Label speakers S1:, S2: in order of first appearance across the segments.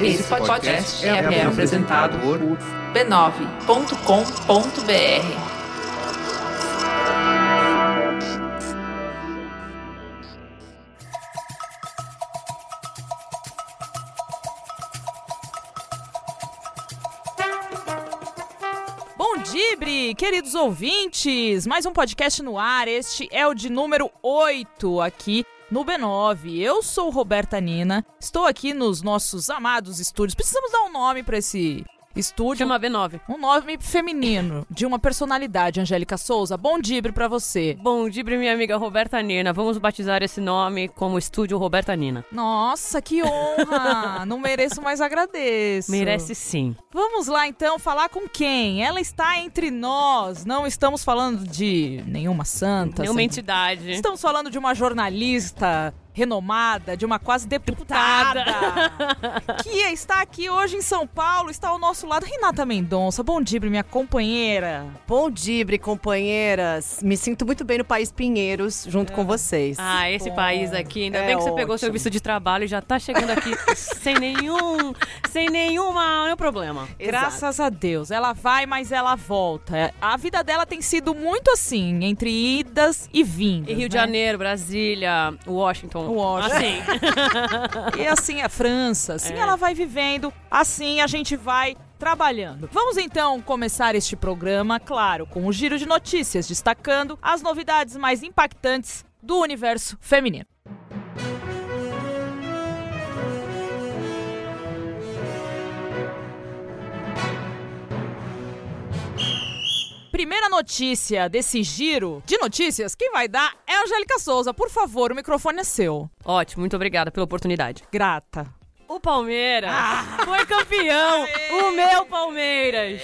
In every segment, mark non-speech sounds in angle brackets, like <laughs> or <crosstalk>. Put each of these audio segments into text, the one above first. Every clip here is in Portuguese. S1: Esse podcast é, apresentado por b9.com.br.
S2: Bom Dibre, queridos ouvintes! Mais um podcast no ar, este é o de número 8 aqui no B9. Eu sou Roberta Nina, estou aqui nos nossos amados estúdios. Precisamos dar um nome para esse estúdio.
S3: Chama B9.
S2: Um nome feminino, de uma personalidade, Angélica Souza. Bom Dibre para você.
S3: Bom dia, minha amiga Roberta Nina. Vamos batizar esse nome como Estúdio Roberta Nina.
S2: Nossa, que
S3: <laughs>
S2: honra! Não mereço, mas agradeço.
S3: Merece sim.
S2: Vamos lá então falar com quem? Ela está entre nós. Não estamos falando de nenhuma santa.
S3: Nenhuma
S2: sem-
S3: entidade.
S2: Estamos falando de uma jornalista renomada, de uma quase deputada, <laughs> que está aqui hoje em São Paulo, está ao nosso lado, Renata Mendonça. Bom dia, minha companheira.
S4: Bom dibre, companheiras. Me sinto muito bem no País Pinheiros, junto com vocês.
S3: Ah, esse
S2: Bom.
S3: país aqui, ainda
S4: É
S3: bem que você pegou seu
S4: ótimo.
S3: visto de trabalho e já tá chegando aqui sem nenhum, sem nenhuma, nenhum problema.
S4: Exato.
S2: Graças a Deus. Ela vai, mas ela volta. A vida dela tem sido muito assim, entre idas e vindas.
S3: E Rio de
S2: né?
S3: Janeiro, Brasília, Washington.
S2: Washington.
S3: Assim.
S2: E assim a França, assim
S3: É.
S2: ela vai vivendo, assim a gente vai trabalhando. Vamos então começar este programa, claro, com o giro de notícias, destacando as novidades mais impactantes do universo feminino. Primeira notícia desse giro de notícias, quem vai dar é a Angélica Souza. Por favor, o microfone é seu.
S3: Ótimo, muito obrigada pela oportunidade.
S2: Grata.
S3: O Palmeiras foi campeão. o meu Palmeiras.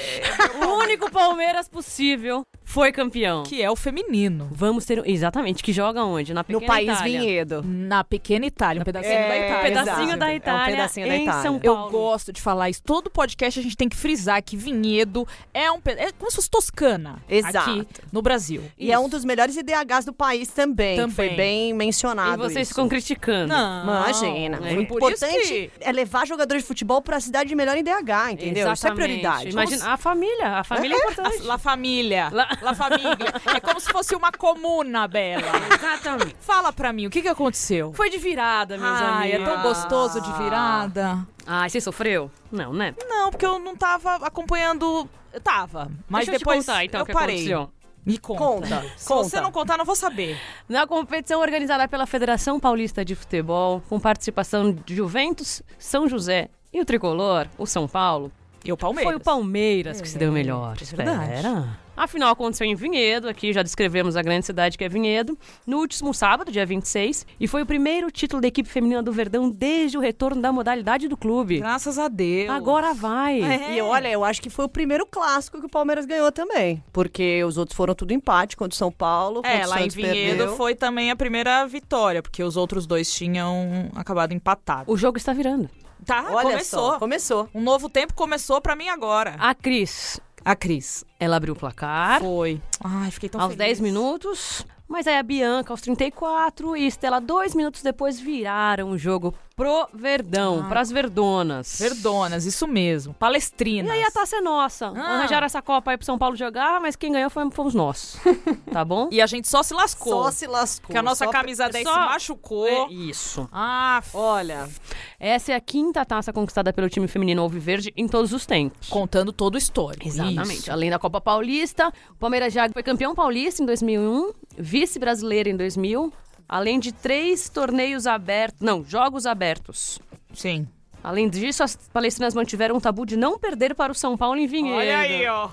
S3: o único Palmeiras possível foi campeão.
S2: que é o feminino.
S3: Vamos ter. um- Exatamente, que joga onde? Na
S4: No
S3: pequena
S4: País
S3: Itália.
S4: Vinhedo.
S2: Na pequena Itália, um pedacinho
S4: É,
S2: da Itália.
S3: Um pedacinho
S4: exato. É
S3: da
S4: um
S3: Itália.
S4: pedacinho da
S3: em
S4: Itália.
S3: São
S2: Eu
S3: Paulo.
S2: gosto de falar isso. Todo podcast a gente tem que frisar que Vinhedo é um pe- é como se fosse Toscana
S4: Exato.
S2: aqui no Brasil.
S4: E é um dos melhores IDHs do país também.
S2: Também.
S4: Foi bem mencionado.
S3: E vocês
S4: isso.
S3: ficam criticando.
S2: Não.
S4: Imagina.
S3: é.
S4: O
S2: Por
S4: importante
S2: isso que-
S4: é levar jogadores de futebol pra cidade melhor em DH, entendeu? Isso é
S3: Exatamente.
S4: prioridade.
S3: Imagina, a família. A família é, importante.
S2: La família. La...
S3: La-
S2: família. é como se fosse uma comuna, Bela.
S3: Exatamente.
S2: Fala pra mim, o que, que aconteceu?
S3: <laughs> Foi de virada, meus
S2: Ai, é
S3: amigos. Ah.
S2: tão gostoso de virada.
S3: Ai, você sofreu? Não, né?
S2: Não, porque eu não tava acompanhando. Eu tava. Mas
S3: Deixa
S2: depois
S3: eu te contar, então,
S2: eu
S3: o que
S2: parei.
S3: aconteceu.
S2: Me conta.
S4: Conta,
S2: Se
S4: conta.
S2: você não contar, não vou saber.
S3: Na competição organizada pela Federação Paulista de Futebol, com participação de Juventus, São José e o Tricolor, o São Paulo,
S2: E o Palmeiras.
S3: Foi o Palmeiras que se deu melhor. é
S2: verdade.
S3: Espera. Afinal, aconteceu em Vinhedo, aqui já descrevemos a grande cidade que é Vinhedo, no último sábado, dia 26, e foi o primeiro título da equipe feminina do Verdão desde o retorno da modalidade do clube.
S2: Graças a Deus.
S3: Agora vai.
S2: É.
S4: Então, E olha, eu acho que foi o primeiro clássico que o Palmeiras ganhou também. Porque os outros foram tudo empate contra o São Paulo.
S2: É,
S4: contra o
S2: lá em
S4: Santos
S2: Vinhedo
S4: perdeu.
S2: foi também a primeira vitória, porque os outros dois tinham acabado empatados.
S3: O jogo está virando.
S2: Tá,
S4: Olha
S2: começou.
S4: só, começou.
S2: Um novo tempo começou pra mim agora.
S3: A Cris,
S2: A Cris.
S3: ela abriu o placar
S2: Foi. Ai, fiquei tão
S3: aos
S2: feliz.
S3: 10 minutos, mas aí a Bianca aos 34 e Estela, dois minutos depois, viraram o jogo pro
S2: Ah.
S3: Verdão, pras Verdonas.
S2: Verdonas, isso mesmo. Palestrinas.
S3: E aí a taça é nossa.
S2: Ah.
S3: Arranjaram essa Copa aí pro São Paulo jogar, mas quem ganhou foi,
S2: <laughs>
S3: fomos nós. tá bom?
S2: E a gente só se lascou.
S4: Só se lascou.
S2: Porque a nossa
S4: só pra-
S2: camisa 10 se
S3: só-
S2: machucou.
S3: É isso.
S2: Ah, f-
S4: Olha,
S3: Essa é a quinta taça conquistada pelo time feminino Alviverde em todos os tempos.
S2: contando todo o histórico.
S3: Exatamente.
S2: Isso.
S3: Além da Copa Paulista, o Palmeiras já foi campeão paulista em 2001, vice-brasileiro um, em 2000, além de três torneios abertos, não, jogos abertos.
S2: Sim.
S3: Além disso, as palestrinas mantiveram um tabu de não perder para o São Paulo em Vinhedo.
S2: Olha aí, ó.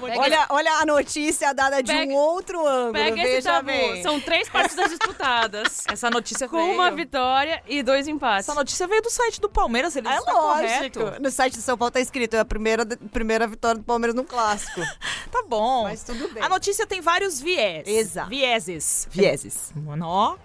S3: Pega
S4: olha, olha a notícia dada de
S3: Pega-
S4: um outro ângulo.
S3: Pega esse
S4: veja
S3: tabu.
S4: bem.
S3: São três partidas
S2: <laughs>
S3: disputadas.
S2: Essa notícia
S3: com
S2: veio.
S3: uma vitória e dois empates.
S2: Essa notícia veio do site do Palmeiras, ele
S4: É
S2: está
S4: lógico.
S2: tá correto.
S4: No site do São Paulo tá escrito, é a primeira, primeira vitória do Palmeiras
S2: <laughs>
S4: num clássico.
S2: Tá bom.
S4: Mas tudo bem.
S2: A notícia tem vários viés.
S4: Exato.
S2: Vieses.
S4: Vieses.
S2: Mano, ó.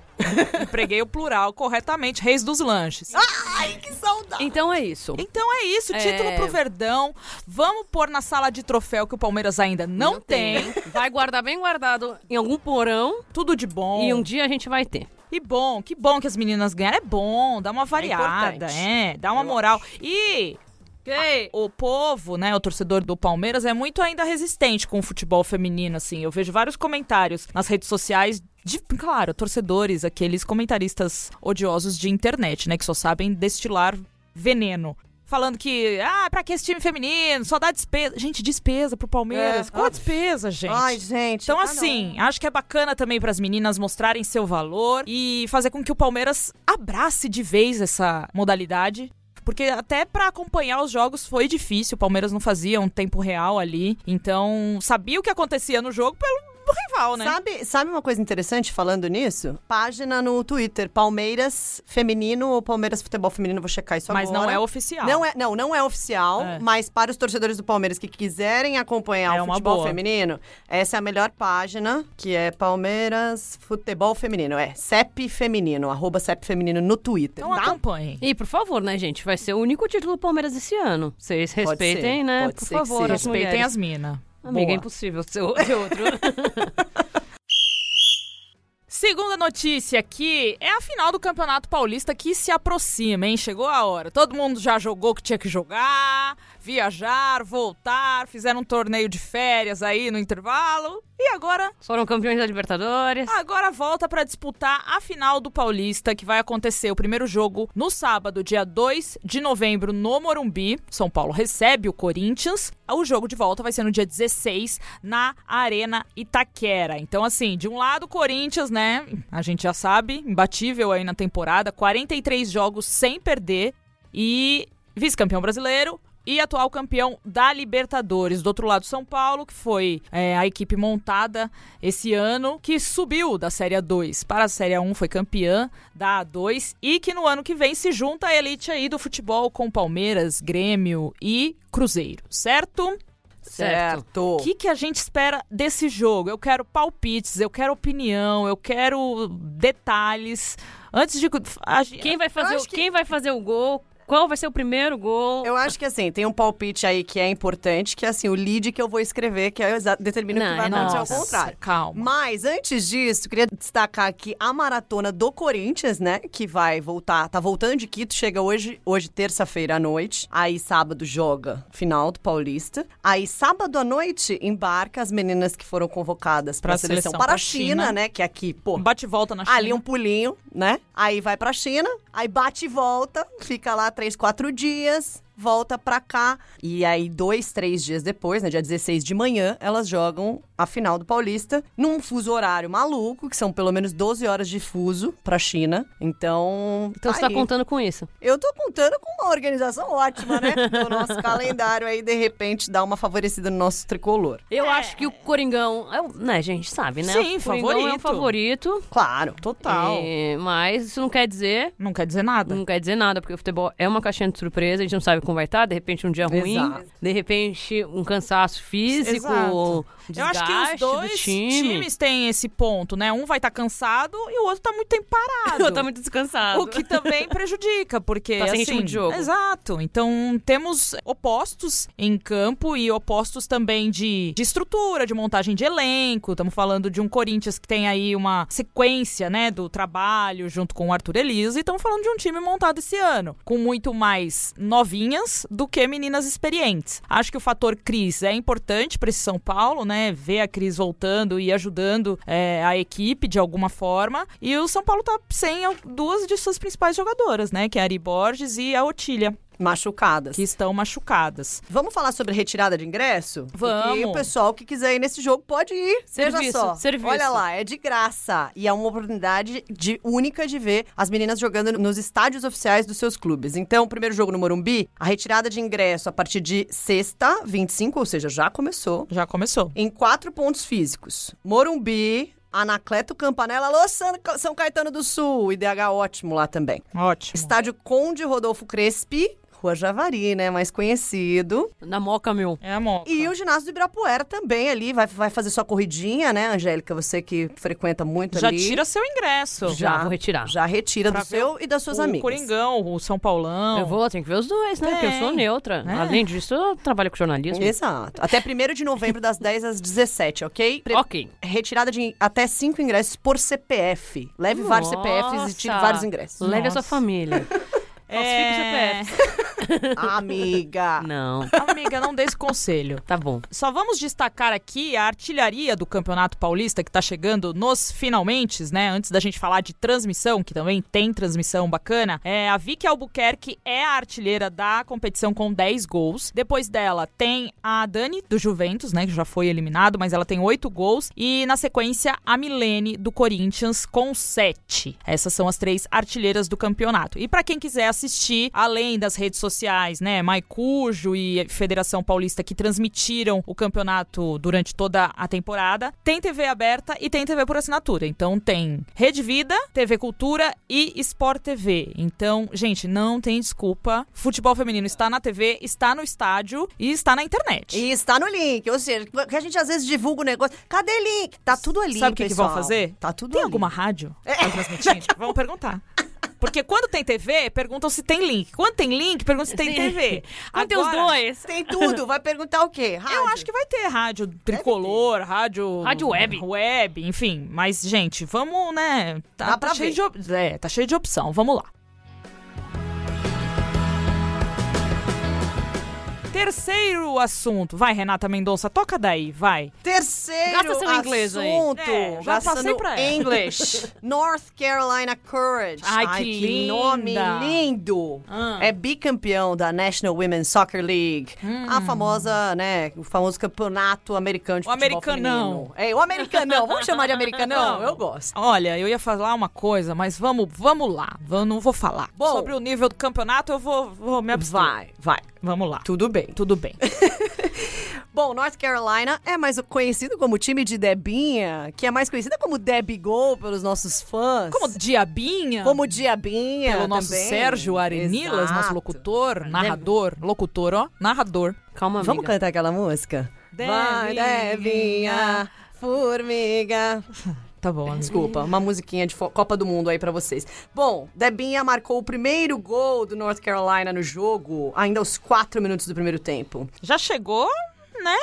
S2: Empreguei o plural corretamente, reis dos lanches.
S4: Ai, que saudade!
S3: Então é isso.
S2: Então é isso, título
S3: É.
S2: pro Verdão. Vamos pôr na sala de troféu que o Palmeiras ainda não, tem.
S3: Vai guardar bem guardado em algum porão
S2: Tudo de bom.
S4: Oh.
S3: e um dia a gente vai ter.
S2: E bom, que bom que as meninas ganharam. É bom, dá uma variada,
S3: importante.
S2: é, dá uma moral. E o povo, né, o torcedor do Palmeiras é muito ainda resistente com o futebol feminino, assim. Eu vejo vários comentários nas redes sociais de, claro, torcedores, aqueles comentaristas odiosos de internet, né, que só sabem destilar veneno. Falando que, ah, pra que esse time feminino? Só dá despesa. Gente, despesa pro Palmeiras.
S4: É.
S2: Qual a despesa, gente?
S4: Ai, gente.
S2: Então,
S4: Ah,
S2: assim, acho que é bacana também para as meninas mostrarem seu valor e fazer com que o Palmeiras abrace de vez essa modalidade. Porque até para acompanhar os jogos foi difícil, o Palmeiras não fazia um tempo real ali. Então, sabia o que acontecia no jogo pelo rival, né?
S4: Sabe, sabe uma coisa interessante falando nisso? Página no Twitter, Palmeiras Feminino ou Palmeiras Futebol Feminino, vou checar isso
S2: Mas
S4: agora.
S2: não é oficial.
S4: Não é, não, não é oficial,
S2: É.
S4: mas para os torcedores do Palmeiras que quiserem acompanhar
S2: É
S4: o
S2: uma
S4: futebol
S2: boa.
S4: feminino, essa é a melhor página, que é Palmeiras Futebol Feminino. É CEP Feminino, arroba CEP Feminino no Twitter,
S2: Então
S4: tá?
S2: acompanhem.
S3: E por favor, né, gente? Vai ser o único título do Palmeiras esse ano. Vocês respeitem,
S4: ser,
S3: né?
S4: pode
S3: por
S4: ser que
S3: favor,
S4: seja.
S3: as
S2: Respeitem
S3: mulheres.
S2: as minas.
S3: Amiga, é impossível ser o- ser outro.
S4: <laughs>
S2: Segunda notícia aqui é a final do Campeonato Paulista que se aproxima, hein? Chegou a hora. Todo mundo já jogou o que tinha que jogar, viajar, voltar, fizeram um torneio de férias aí no intervalo. E agora,
S3: Foram campeões da Libertadores.
S4: Ah,
S2: agora volta pra disputar a final do Paulista que vai acontecer o primeiro jogo no sábado, dia 2 de novembro, no Morumbi. São Paulo recebe o Corinthians. O jogo de volta vai ser no dia 16 na Arena Itaquera. Então, assim, de um lado, o Corinthians, né? A gente já sabe, imbatível aí na temporada, 43 jogos sem perder e vice-campeão brasileiro. E atual campeão da Libertadores. Do outro lado, São Paulo, que foi é, a equipe montada esse ano, que subiu da Série A2 para a Série A1, foi campeã da A2 e que no ano que vem se junta à elite aí do futebol com Palmeiras, Grêmio e Cruzeiro, certo?
S4: Certo.
S2: O que, que a gente espera desse jogo? Eu quero palpites, eu quero opinião, eu quero detalhes. Antes de. a gente-
S3: Quem vai fazer,
S4: Eu
S3: o,
S4: acho que-
S3: quem vai fazer o gol? Qual vai ser o primeiro gol?
S4: Eu acho que assim, tem um palpite aí que é importante, que é assim, o lead que eu vou escrever, que é exa- determina o
S3: Não,
S4: que vai acontecer
S3: nossa.
S4: ao contrário.
S2: Calma.
S4: Mas antes disso, queria destacar aqui a maratona do Corinthians, né? Que vai voltar, tá voltando de Quito, chega hoje, hoje terça-feira à noite. Aí sábado joga final do Paulista. Aí sábado à noite embarca as meninas que foram convocadas para
S2: Pra
S4: a
S2: seleção,
S4: seleção, para
S2: pra
S4: a China,
S2: China.
S4: né? Que aqui, pô,
S2: Bate e volta na China.
S4: Ali um pulinho, né? Aí vai pra China, aí bate e volta, fica lá três, quatro dias, volta pra cá. E aí, dois, três dias depois, né? Dia 16 de manhã, elas jogam a final do Paulista num fuso horário maluco, que são pelo menos 12 horas de fuso pra China. Então.
S3: Então
S4: tá
S3: você tá
S4: aí.
S3: contando com isso.
S4: Eu tô contando com uma organização ótima,
S3: <laughs>
S4: né? Do nosso calendário aí, de repente, dá uma favorecida no nosso tricolor.
S3: Eu acho que o Coringão. É, o- né, a gente sabe, né?
S2: Sim,
S3: o Coringão é um
S2: favorito.
S3: favorito.
S4: Claro.
S3: É, mas isso não quer dizer.
S2: Não quer dizer nada.
S3: Não quer dizer nada, porque o futebol é uma caixinha de surpresa, a gente não sabe como vai estar, de repente um dia ruim,
S4: Exato.
S3: de repente um cansaço físico,
S2: Exato. Eu
S3: desgaste
S2: acho que os
S3: do
S2: dois
S3: time.
S2: times têm esse ponto, né? Um vai estar cansado e o outro tá muito tempo
S3: <laughs>
S2: parado.
S3: <laughs> Eu tô tá muito descansado.
S2: O que também prejudica, porque
S3: Tá sem
S2: assim,
S3: ritmo de jogo.
S2: Exato. Então temos opostos em campo e opostos também de, de estrutura, de montagem de elenco. Estamos falando de um Corinthians que tem aí uma sequência, né, do trabalho junto com o Arthur Elias. E estamos falando de um time montado esse ano, com muito mais novinhas do que meninas experientes. Acho que o fator Cris é importante para esse São Paulo, né? Ver a Cris voltando e ajudando é, a equipe de alguma forma. E o São Paulo tá sem al- duas de suas principais jogadoras, né? Que é a Ari Borges e a Otília,
S4: Machucadas.
S2: que estão machucadas.
S4: Vamos falar sobre retirada de ingresso? Porque
S2: Vamos.
S4: o pessoal que quiser ir nesse jogo pode ir.
S3: Serviço,
S4: Veja só.
S3: serviço.
S4: Olha lá, é de graça. E é uma oportunidade de- única de ver as meninas jogando nos estádios oficiais dos seus clubes. Então, o primeiro jogo no Morumbi, a retirada de ingresso a partir de sexta, 25, ou seja, já começou,
S2: Já começou.
S4: em quatro pontos físicos. Morumbi, Anacleto Campanella, alô San- São Caetano do Sul, IDH ótimo lá também.
S2: Ótimo.
S4: Estádio Conde Rodolfo Crespi, Rua Javari, né? Mais conhecido.
S3: Na moca, meu.
S2: É a moca.
S4: E o ginásio do Ibirapuera também ali, vai, vai fazer sua corridinha, né, Angélica? Você que frequenta muito
S2: Já
S4: ali.
S2: tira seu ingresso.
S3: Já, vou retirar.
S4: Já retira
S2: Pra
S4: do seu e das suas
S2: o
S4: amigas.
S2: Coringão, o São Paulão.
S3: Eu vou, tem que ver os dois, né? Porque eu sou
S2: Tem.
S3: neutra.
S2: É.
S3: Além disso, eu trabalho com jornalismo.
S4: Exato. Até 1 de novembro, das 10 às 17, ok? Pre-
S3: Ok.
S4: Retirada de até 5 ingressos por CPF. Leve vários
S3: Nossa.
S4: CPFs e tire vários ingressos.
S3: Leve a
S2: Nossa. <laughs>
S3: sua família.
S2: É.
S3: Falsifica o CPF.
S2: <laughs>
S4: Amiga!
S3: Não,
S2: Amiga, não dê esse conselho.
S3: tá bom.
S2: Só vamos destacar aqui a artilharia do Campeonato Paulista que tá chegando nos finalmente, né? Antes da gente falar de transmissão, que também tem transmissão bacana. É, a Vicky Albuquerque é a artilheira da competição com 10 gols. Depois dela tem a Dani do Juventus, né, que já foi eliminado, mas ela tem 8 gols e na sequência a Milene do Corinthians com 7. Essas são as três artilheiras do campeonato. E pra quem quiser assistir, além das redes sociais, né, Maicujo e Federação Paulista que transmitiram o campeonato durante toda a temporada, tem TV aberta e tem TV por assinatura. Então tem Rede Vida, TV Cultura e Sport TV. Então, gente, não tem desculpa. Futebol feminino está na TV, está no estádio e está na internet.
S4: E está no link, ou seja, que a gente às vezes divulga o negócio. Cadê link? Tá tudo ali.
S2: Sabe o que, que vão
S4: pessoal.
S2: fazer?
S4: Tá tudo
S2: Tem
S4: ali. É.
S2: alguma rádio pra
S4: <laughs>
S2: transmitir? Vamos perguntar. Porque quando tem TV, perguntam se tem link. Quando tem link, perguntam se tem TV.
S3: <laughs> Quando tem os
S2: Agora,
S3: dois.
S4: Tem tudo. Vai perguntar o quê?
S2: Eu acho que vai ter rádio tricolor, rádio.
S3: Rádio web.
S2: Web, enfim. Mas, gente, vamos, né? Tá,
S4: Dá
S2: tá
S4: pra
S2: cheio
S4: ver.
S2: de op- É, tá cheio de opção. Vamos lá. Terceiro assunto. Vai, Renata Mendonça, toca daí, vai.
S4: Terceiro
S3: Gasta seu inglês aí.
S4: assunto.
S2: É, já
S4: gastando
S2: passei pra ela. <laughs>
S4: English. North Carolina Courage.
S2: Ai, que linda.
S4: nome lindo.
S2: Ah.
S4: É bicampeão da National Women's Soccer League.
S2: Hum.
S4: A famosa, né, o famoso campeonato americano de
S2: O
S4: futebol
S2: americanão.
S4: feminino. É, o americanão. Vamos chamar de americanão?
S2: Vamos.
S4: Eu gosto.
S2: Olha, eu ia falar uma coisa, mas vamos, vamos lá. Eu não vou falar.
S4: Bom.
S2: Sobre o nível do campeonato, eu vou, vou me abster.
S4: Vai, vai.
S2: Vamos lá.
S4: Tudo bem.
S2: Tudo
S4: <laughs>
S2: bem.
S4: Bom, North Carolina é mais conhecido como time de Debinha, que é mais conhecida como Debbie Go pelos nossos fãs.
S2: Como diabinha,
S4: Como Diabinha.
S2: pelo nosso
S4: também.
S2: Sérgio Arenilas,
S4: Exato.
S2: nosso locutor, narrador, locutor, ó, narrador.
S3: Calma, amiga.
S4: Vamos cantar aquela música? Vai, Debinha, formiga.
S2: Tá bom, amiga.
S4: Desculpa, uma musiquinha de fo- Copa do Mundo aí pra vocês. Bom, Debinha marcou o primeiro gol do North Carolina no jogo, ainda aos quatro minutos do primeiro tempo.
S2: Já chegou, né?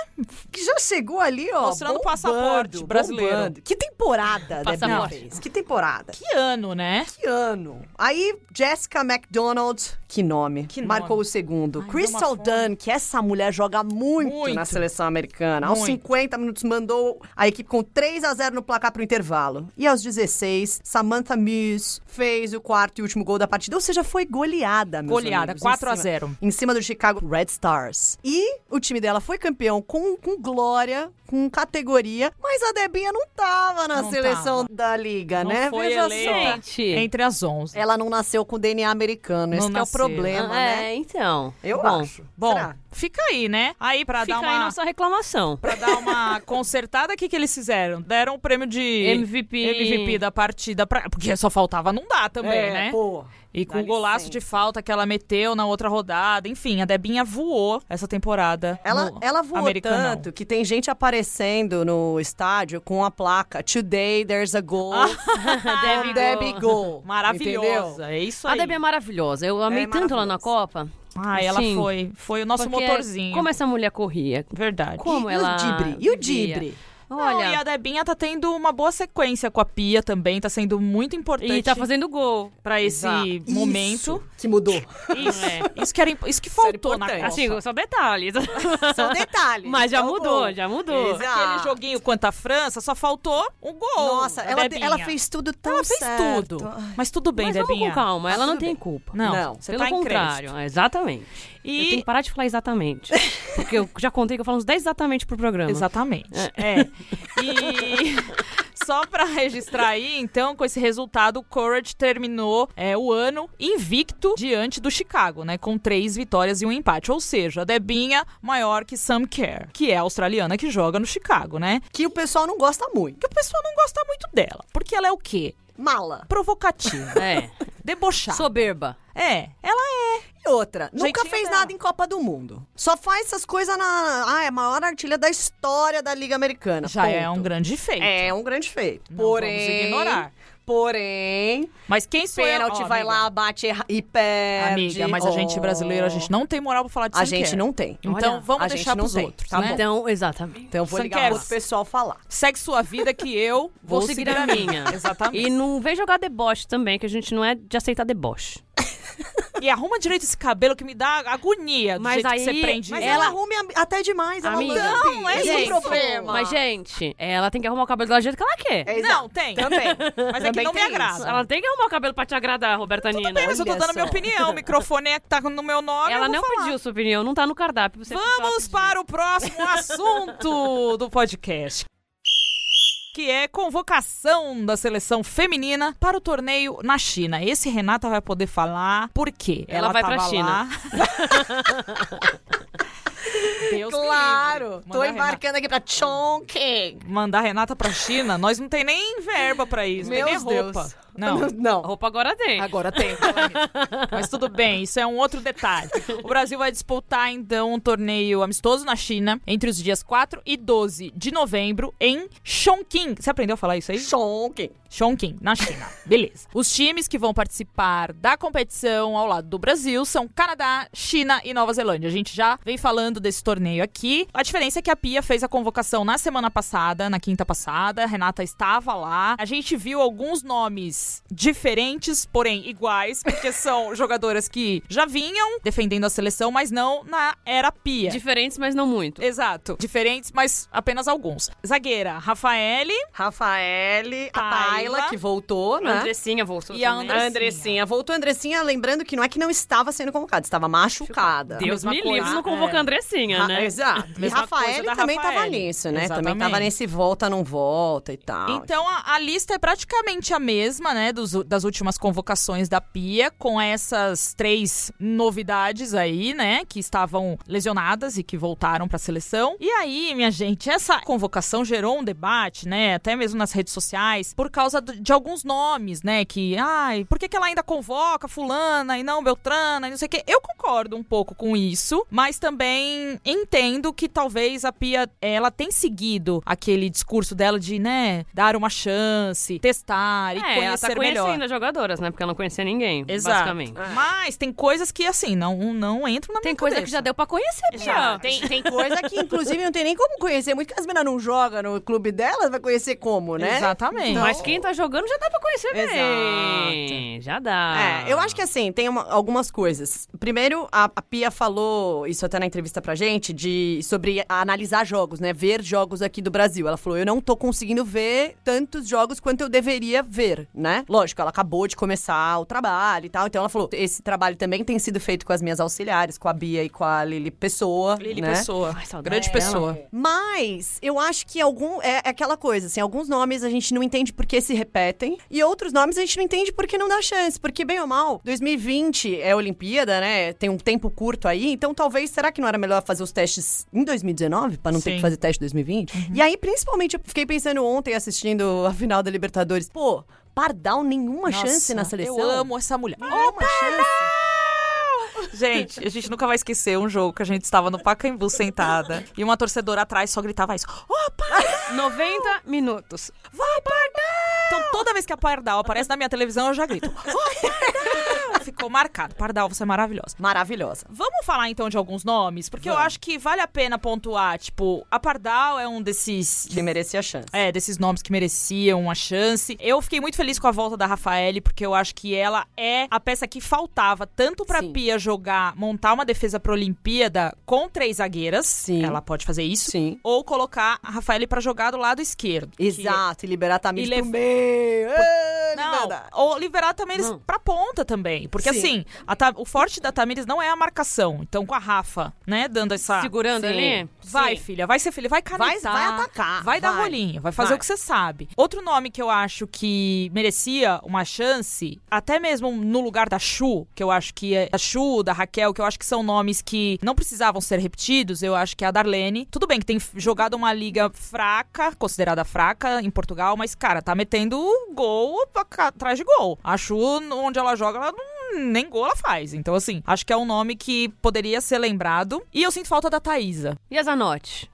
S4: Que já chegou ali, ó.
S2: Mostrando o passaporte
S4: bombando,
S2: brasileiro.
S4: bombando. Que temporada, Debinha
S3: Passaporte.
S4: fez. Que temporada.
S2: Que ano, né?
S4: Que ano. Aí, Jessica McDonald, que nome,
S2: Que
S4: marcou
S2: nome.
S4: o segundo.
S2: Ai, deu
S4: Crystal
S2: uma fome.
S4: Dunn, que essa mulher joga muito,
S2: Muito.
S4: na seleção americana. Aos
S2: Muito.
S4: 50 minutos, mandou a equipe com 3 a 0 no placar pro intervalo. E aos 16, Samantha Muse fez o quarto e último gol da partida. Ou seja, foi goleada, meus
S2: Goleada,
S4: amigos, em
S2: 4 a
S4: cima- Né?
S2: 0.
S4: Em cima do Chicago Red Stars. E o time dela foi campeão com, com glória, com categoria, mas a Debinha não tava na
S2: Não
S4: seleção da liga,
S2: Não
S4: né?
S2: foi
S4: Veja
S2: eleita.
S4: só. É.
S3: Gente.
S2: Entre as 11.
S4: Ela não nasceu com DNA americano,
S2: Não
S4: esse que é o
S2: nasceu.
S4: problema,
S3: Ah,
S4: né?
S3: É, então.
S4: Eu
S3: Bom,
S4: acho.
S2: Bom,
S4: Será?
S2: fica aí, né? Aí pra
S3: Fica
S2: dar uma
S3: aí nossa reclamação.
S2: Pra dar uma consertada, o que, que eles fizeram? Deram o prêmio de
S3: MVP.
S2: MVP da partida pra. Porque só faltava não dar também,
S4: É,
S2: né?
S4: pô.
S2: E com
S4: dá
S2: o golaço
S4: licença.
S2: de falta que ela meteu na outra rodada. Enfim, a Debinha voou essa temporada.
S4: Ela,
S2: no
S4: ela voou
S2: Americanão.
S4: tanto que tem gente aparecendo no estádio com a placa Today there's a goal.
S2: Ah, <laughs>
S3: Debbie
S4: Debbie,
S3: Go.
S4: <laughs> Debbie Go.
S2: Maravilhosa.
S4: Entendeu?
S2: É isso
S3: A
S2: aí.
S3: Debbie é maravilhosa. Eu amei
S4: É
S3: tanto ela na Copa.
S2: Ai, ela
S3: Sim.
S2: foi. Foi o nosso
S3: porque
S2: motorzinho.
S3: Como essa mulher corria.
S2: Verdade.
S3: Como
S4: E
S3: ela.
S4: o Dibre? E o
S3: vivia.
S4: Dibre?
S2: Não, e
S3: Olha.
S2: a Debinha tá tendo uma boa sequência com a Pia também, tá sendo muito importante
S3: E tá fazendo gol.
S2: pra esse
S4: Exato.
S2: momento.
S4: Isso que mudou.
S2: Isso, é. isso que, era, imp- isso que
S4: era
S2: faltou na
S4: importante.
S2: Copa.
S3: Assim, só detalhes.
S4: <laughs> São detalhes.
S3: Mas já
S4: Então,
S3: mudou,
S4: gol.
S3: já mudou.
S4: Exato.
S2: Aquele joguinho contra a França, só faltou um gol.
S4: Ah. Nossa,
S2: da
S4: ela,
S2: Debinha.
S4: ela fez tudo tão
S2: Ela fez
S4: certo.
S2: tudo.
S4: Ai,
S2: Mas tudo bem,
S3: Mas vamos
S2: Debinha.
S3: com calma, ela não tem culpa.
S2: Não,
S4: Não,
S2: você
S3: Pelo
S2: tá em
S3: contrário, é,
S2: crédito.
S3: exatamente. Eu tenho
S2: E
S3: que parar de falar <laughs> exatamente. Porque eu já contei que eu falo uns 10 exatamente pro programa.
S2: Exatamente. É. E <laughs> só pra registrar aí, então, com esse resultado, o Courage terminou é, o ano invicto diante do Chicago, né? Com três vitórias e um empate. Ou seja, a Debinha maior que Sam Kerr, que é a australiana que joga no Chicago, né?
S4: Que o pessoal não gosta muito.
S2: Que o pessoal não gosta muito dela. Porque ela é o quê?
S4: Mala.
S3: <laughs>
S2: Provocativa.
S3: É.
S4: Tá.
S2: debochada.
S3: Soberba.
S2: É, ela
S4: E outra, nunca
S2: Jeitinho
S4: fez
S2: dela.
S4: nada em Copa do Mundo. Só faz essas coisas na. Ah, é a maior artilha da história da Liga Americana.
S2: já
S4: ponto.
S2: é um grande feito.
S4: É um grande feito.
S2: Não
S4: porém.
S2: vamos ignorar.
S4: Porém,
S2: Mas quem sou eu?
S4: pênalti
S2: Ó,
S4: vai
S2: amiga.
S4: lá, bate erra- e perde.
S2: Amiga, mas a gente
S4: Oh.
S2: brasileiro, a gente não tem moral pra falar de
S4: A
S2: skincare.
S4: gente não tem.
S2: Então
S3: Olha,
S2: vamos
S4: a
S2: deixar
S4: gente não
S2: pros
S4: tem.
S2: outros,
S4: Tá
S2: né?
S4: bom.
S3: Então, exatamente.
S4: Então eu vou ligar
S2: Sanqueros.
S4: pro pessoal falar.
S2: Segue sua vida que
S4: <laughs>
S2: eu vou,
S3: Vou seguir a minha.
S2: Exatamente.
S3: E não vem jogar deboche também, que a gente não é de aceitar deboche.
S2: E, arruma direito esse cabelo que me dá agonia do
S3: Mas
S2: jeito
S3: aí-
S2: que você prende.
S4: Mas
S2: ele.
S4: ela, arrume a- até demais, ela
S3: Amiga.
S4: lambe.
S2: Não, é
S4: Esse o
S2: isso. é
S4: problema.
S3: Mas, gente, ela tem que arrumar o cabelo dela do jeito que ela quer.
S4: É,
S2: Não,
S4: exato.
S2: tem. Mas
S4: Também.
S2: é que
S4: Também
S2: não me
S4: tem
S2: agrada.
S4: isso.
S3: Ela tem que arrumar o cabelo pra te agradar, Roberta Nina.
S2: Bem, mas eu tô
S4: Olha
S2: dando a minha
S4: só.
S2: opinião. O microfone é que tá no meu nome.
S3: Ela
S2: eu vou
S3: não
S2: falar.
S3: pediu sua opinião, não tá no cardápio. Você
S2: Vamos
S3: precisava
S2: para o próximo assunto do podcast. Que é convocação da seleção feminina para o torneio na China. Esse Renata vai poder falar por quê?
S3: Ela vai pra
S2: tava
S3: China.
S2: lá. Deus me
S4: Claro,
S2: livre.
S4: tô
S2: Mandar a Renata-
S4: embarcando aqui pra Chongqing.
S2: Mandar a Renata pra China, nós não tem nem verba pra isso,
S4: Meu
S2: nem roupa.
S4: Deus. <laughs>
S2: Não.
S3: pedir. A roupa agora tem.
S2: Agora tem. Mas tudo bem, isso é um outro detalhe. O Brasil vai disputar, então, um torneio amistoso na China entre os dias 4 e 12 de novembro em Chongqing. Você aprendeu a falar isso aí?
S4: Chongqing.
S2: Chongqing, na China. <laughs> Beleza. Os times que vão participar da competição ao lado do Brasil são Canadá, China e Nova Zelândia. A gente já vem falando desse torneio aqui. A diferença é que a Pia fez a convocação na semana passada, na quinta passada. A Renata estava lá. A gente viu alguns nomes diferentes, porém iguais, porque <laughs> são jogadoras que já vinham defendendo a seleção, mas não na era Pia.
S3: Diferentes, mas não muito.
S2: Exato. Diferentes, mas apenas alguns. Zagueira, Rafaele,
S4: Rafaele, a
S2: Tayla.
S4: Tayla, que voltou, né?
S3: Andressinha voltou
S2: E a
S3: também.
S2: Andressinha.
S4: A Andressinha. Voltou a Andressinha, lembrando que não é que não estava sendo convocada, estava machucada.
S3: Deus
S2: Mesma
S3: me
S2: coisa.
S3: livre, não convoca a
S2: É.
S3: Andressinha,
S4: Ra-
S3: né?
S4: Exato. E
S2: Mesma
S4: Rafaele
S2: coisa da
S4: também estava tava
S2: Rafaele.
S4: nisso, né? Também
S2: Exatamente.
S4: tava nesse volta, não volta e tal.
S2: Então a, a lista é praticamente a mesma, né, dos u- das últimas convocações da Pia, com essas três novidades aí, né, que estavam lesionadas e que voltaram pra seleção. E aí, minha gente, essa convocação gerou um debate, né, até mesmo nas redes sociais, por causa do- de alguns nomes, né, que, ai, por que, que ela ainda convoca fulana e não Beltrana e não sei o quê? Eu concordo um pouco com isso, mas também entendo que talvez a Pia, ela tem seguido aquele discurso dela de, né, dar uma chance, testar e
S3: É, ela tá
S2: conhecer
S3: conhecendo
S2: melhor.
S3: as jogadoras, né? Porque ela não conhecia ninguém,
S2: Exato.
S3: basicamente.
S4: É.
S2: Mas tem coisas que, assim, não, não entram na
S3: Tem
S2: minha
S3: coisa que
S2: cabeça.
S3: já deu pra conhecer, Bia.
S4: Já. Tem, tem coisa que, inclusive, não tem nem como conhecer. Muito que as meninas não jogam no clube delas, vai conhecer como, né?
S2: Exatamente.
S4: Então-
S3: Mas quem tá jogando já dá pra conhecer bem. Já dá.
S4: É, eu acho que assim, tem uma- algumas coisas. Primeiro, a, a Pia falou isso até na entrevista pra gente, de, sobre analisar jogos, né? Ver jogos aqui do Brasil. Ela falou: eu não tô conseguindo ver tantos jogos quanto eu deveria ver, né? Lógico, ela acabou de começar o trabalho e tal. Então ela falou: esse trabalho também tem sido feito com as minhas auxiliares, com a Bia e com a Lili Pessoa.
S2: Lili
S4: né?
S2: Pessoa,
S3: Ai, saudade
S2: grande
S3: dela.
S2: pessoa.
S4: Mas eu acho que algum é, é aquela coisa, assim, alguns nomes a gente não entende porque se repetem e outros nomes a gente não entende porque não dá chance, porque bem ou mal, 2020 é Olimpíada, né? Tem um tempo curto aí, então talvez será que não era melhor fazer os testes em 2019 pra não ter
S2: Sim. Uhum.
S4: que fazer teste em 2020? E aí principalmente eu fiquei pensando ontem assistindo a final da Libertadores, pô, Pardal nenhuma
S2: Nossa,
S4: chance na seleção. Ah,
S2: Eu amo essa mulher.
S4: Nenhuma chance.
S2: Gente, a gente nunca vai esquecer um jogo que a gente estava no Pacaembu sentada e uma torcedora atrás só gritava isso. Opa!
S3: 90 minutos.
S2: Vai, Pardal! Então toda vez que a Pardal aparece na minha televisão, eu já grito. "Ó, Pardal! Ficou marcado. Pardal, você é maravilhosa.
S4: Maravilhosa.
S2: Vamos falar então de alguns nomes, porque eu acho que vale a pena pontuar, tipo, a Pardal é um desses
S4: Que merecia a chance.
S2: é, desses nomes que mereciam uma chance. Eu fiquei muito feliz com a volta da Rafaele, porque eu acho que ela é a peça que faltava tanto pra
S4: Sim.
S2: Pia jogar, montar uma defesa pra Olimpíada com três zagueiras.
S4: Sim.
S2: Ela pode fazer isso.
S4: Sim.
S2: Ou colocar a Rafaele pra jogar do lado esquerdo. que-
S4: Exato, e liberar a Tamires
S2: E lev-
S4: pro meio. Ah,
S2: Não,
S4: liberar.
S2: ou liberar a Tamires
S3: Não.
S2: pra ponta também. Porque
S4: Sim.
S2: assim, a Ta- o forte da Tamires não é a marcação. Então com a Rafa, né, dando essa...
S3: Segurando
S4: sim.
S3: ali.
S2: Vai,
S3: Sim.
S2: filha, vai ser filha, vai
S4: Vai,
S2: canetar.
S4: vai atacar.
S2: Vai dar rolinho, vai fazer
S4: Vai.
S2: o que você sabe. Outro nome que eu acho que merecia uma chance, até mesmo no lugar da Chu, que eu acho que é a Chu, da Raquel, que eu acho que são nomes que não precisavam ser repetidos, eu acho que é a Darlene. Tudo bem que tem f- jogado uma liga fraca, considerada fraca em Portugal, mas, cara, tá metendo gol a ca- atrás de gol. A Chu, onde ela joga, ela não. Nem gol ela faz. Então, assim, acho que é um nome que poderia ser lembrado. E eu sinto falta da Thaísa.
S3: E a Zanotti?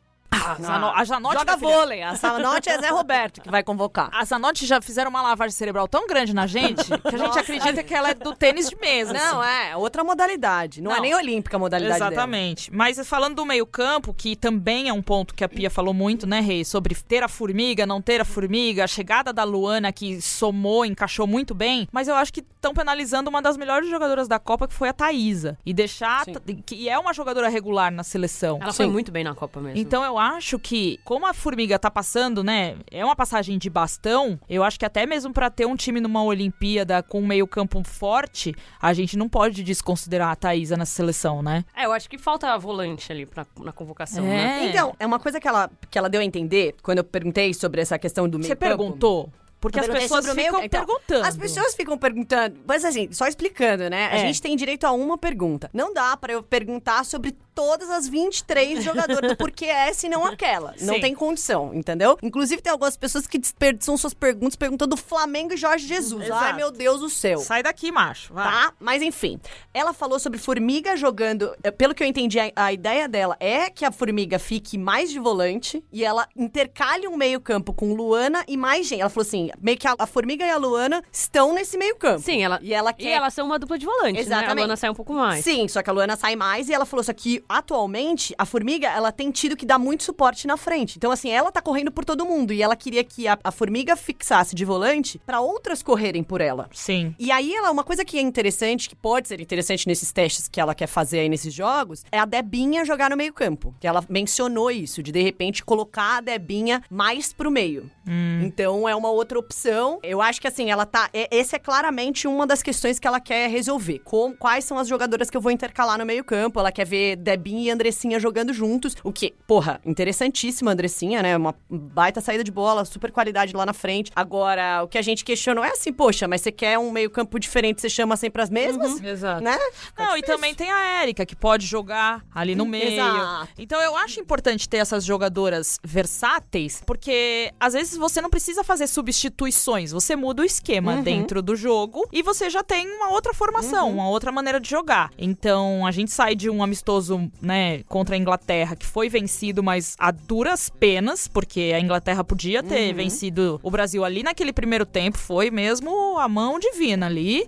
S2: Ah, Zano- a Zanotti.
S4: Joga Ah,
S2: minha filha,
S4: vôlei. A Sanote <laughs> é Zé Roberto que vai convocar.
S2: A Zanotti já fizeram uma lavagem cerebral tão grande na gente que a gente acredita que ela é do tênis de mesa. assim.
S4: Não, é outra modalidade. Não, é
S2: Não.
S4: nem olímpica a modalidade dela.
S2: Exatamente. Mas falando do meio-campo, que também é um ponto que a Pia falou muito, né, Rei? Sobre ter a formiga, não ter a formiga, a chegada da Luana que somou, encaixou muito bem. Mas eu acho que estão penalizando uma das melhores jogadoras da Copa, que foi a Thaísa. E deixar.
S4: Sim.
S2: que é uma jogadora regular na seleção.
S3: Ela foi
S4: Sim.
S3: muito bem na Copa mesmo.
S2: Então eu acho que, como a Formiga tá passando, né? É uma passagem de bastão. Eu acho que até mesmo pra ter um time numa Olimpíada com um meio-campo forte, a gente não pode desconsiderar a Thaísa na seleção, né?
S3: É, eu acho que falta volante ali pra- na convocação,
S2: É.
S3: né?
S4: Então, é uma coisa que ela, que ela deu a entender quando eu perguntei sobre essa questão do meio
S2: Você perguntou? Porque as pessoas
S4: é
S2: ficam perguntando.
S4: Então, As pessoas ficam perguntando. Mas assim, só explicando, né? A
S2: É.
S4: gente tem direito a uma pergunta. Não dá pra eu perguntar sobre todas as 23 jogadoras do porquê essa e não aquela. Não
S2: Sim.
S4: tem condição, entendeu? Inclusive, tem algumas pessoas que desperdiçam suas perguntas perguntando do Flamengo e Jorge Jesus.
S2: Exato.
S4: Ai, meu Deus do céu.
S2: Sai daqui, macho. Vai.
S3: Ah.
S4: Tá? Mas enfim, ela falou sobre formiga jogando. eh, Pelo que eu entendi, a, a ideia dela é que a formiga fique mais de volante e ela intercale um meio-campo com Luana e mais gente. Ela falou assim: meio que a, a formiga e a Luana estão nesse meio-campo.
S3: Sim, ela.
S4: É. E ela quer.
S3: E elas são uma dupla de volante, Né?
S4: Exatamente.
S3: A Luana sai um pouco mais.
S4: Sim, só que a Luana sai mais e ela falou isso aqui. Atualmente, a Formiga, ela tem tido que dar muito suporte na frente. Então, assim, ela tá correndo por todo mundo e ela queria que a, a Formiga fixasse de volante pra outras correrem por ela.
S2: Sim.
S4: E aí, ela, uma coisa que é interessante, que pode ser interessante nesses testes que ela quer fazer aí nesses jogos, é a Debinha jogar no meio-campo. Que ela mencionou isso, de de repente colocar a Debinha mais pro meio.
S2: Uhum.
S4: Então é uma outra opção. Eu acho que assim, ela tá. é- essa é claramente uma das questões que ela quer resolver. Com, quais são as jogadoras que eu vou intercalar no meio-campo? Ela quer ver Debinha e Andressinha jogando juntos. O que, porra, interessantíssima, Andressinha, né? Uma baita saída de bola, super qualidade lá na frente. Agora, o que a gente questionou é assim, poxa, mas você quer um meio-campo diferente, você chama sempre as mesmas?
S2: Exato.
S4: Né?
S2: Não, e também tem a Érica, que pode jogar ali no meio.
S4: Exato.
S2: Então eu acho importante ter essas jogadoras versáteis, porque às vezes você não precisa fazer substituições, você muda o esquema dentro do jogo e você já tem uma outra formação, uma outra maneira de jogar. Então a gente sai de um amistoso, né, contra a Inglaterra, que foi vencido, mas a duras penas, porque a Inglaterra podia ter vencido o Brasil ali naquele primeiro tempo, foi mesmo a mão divina ali.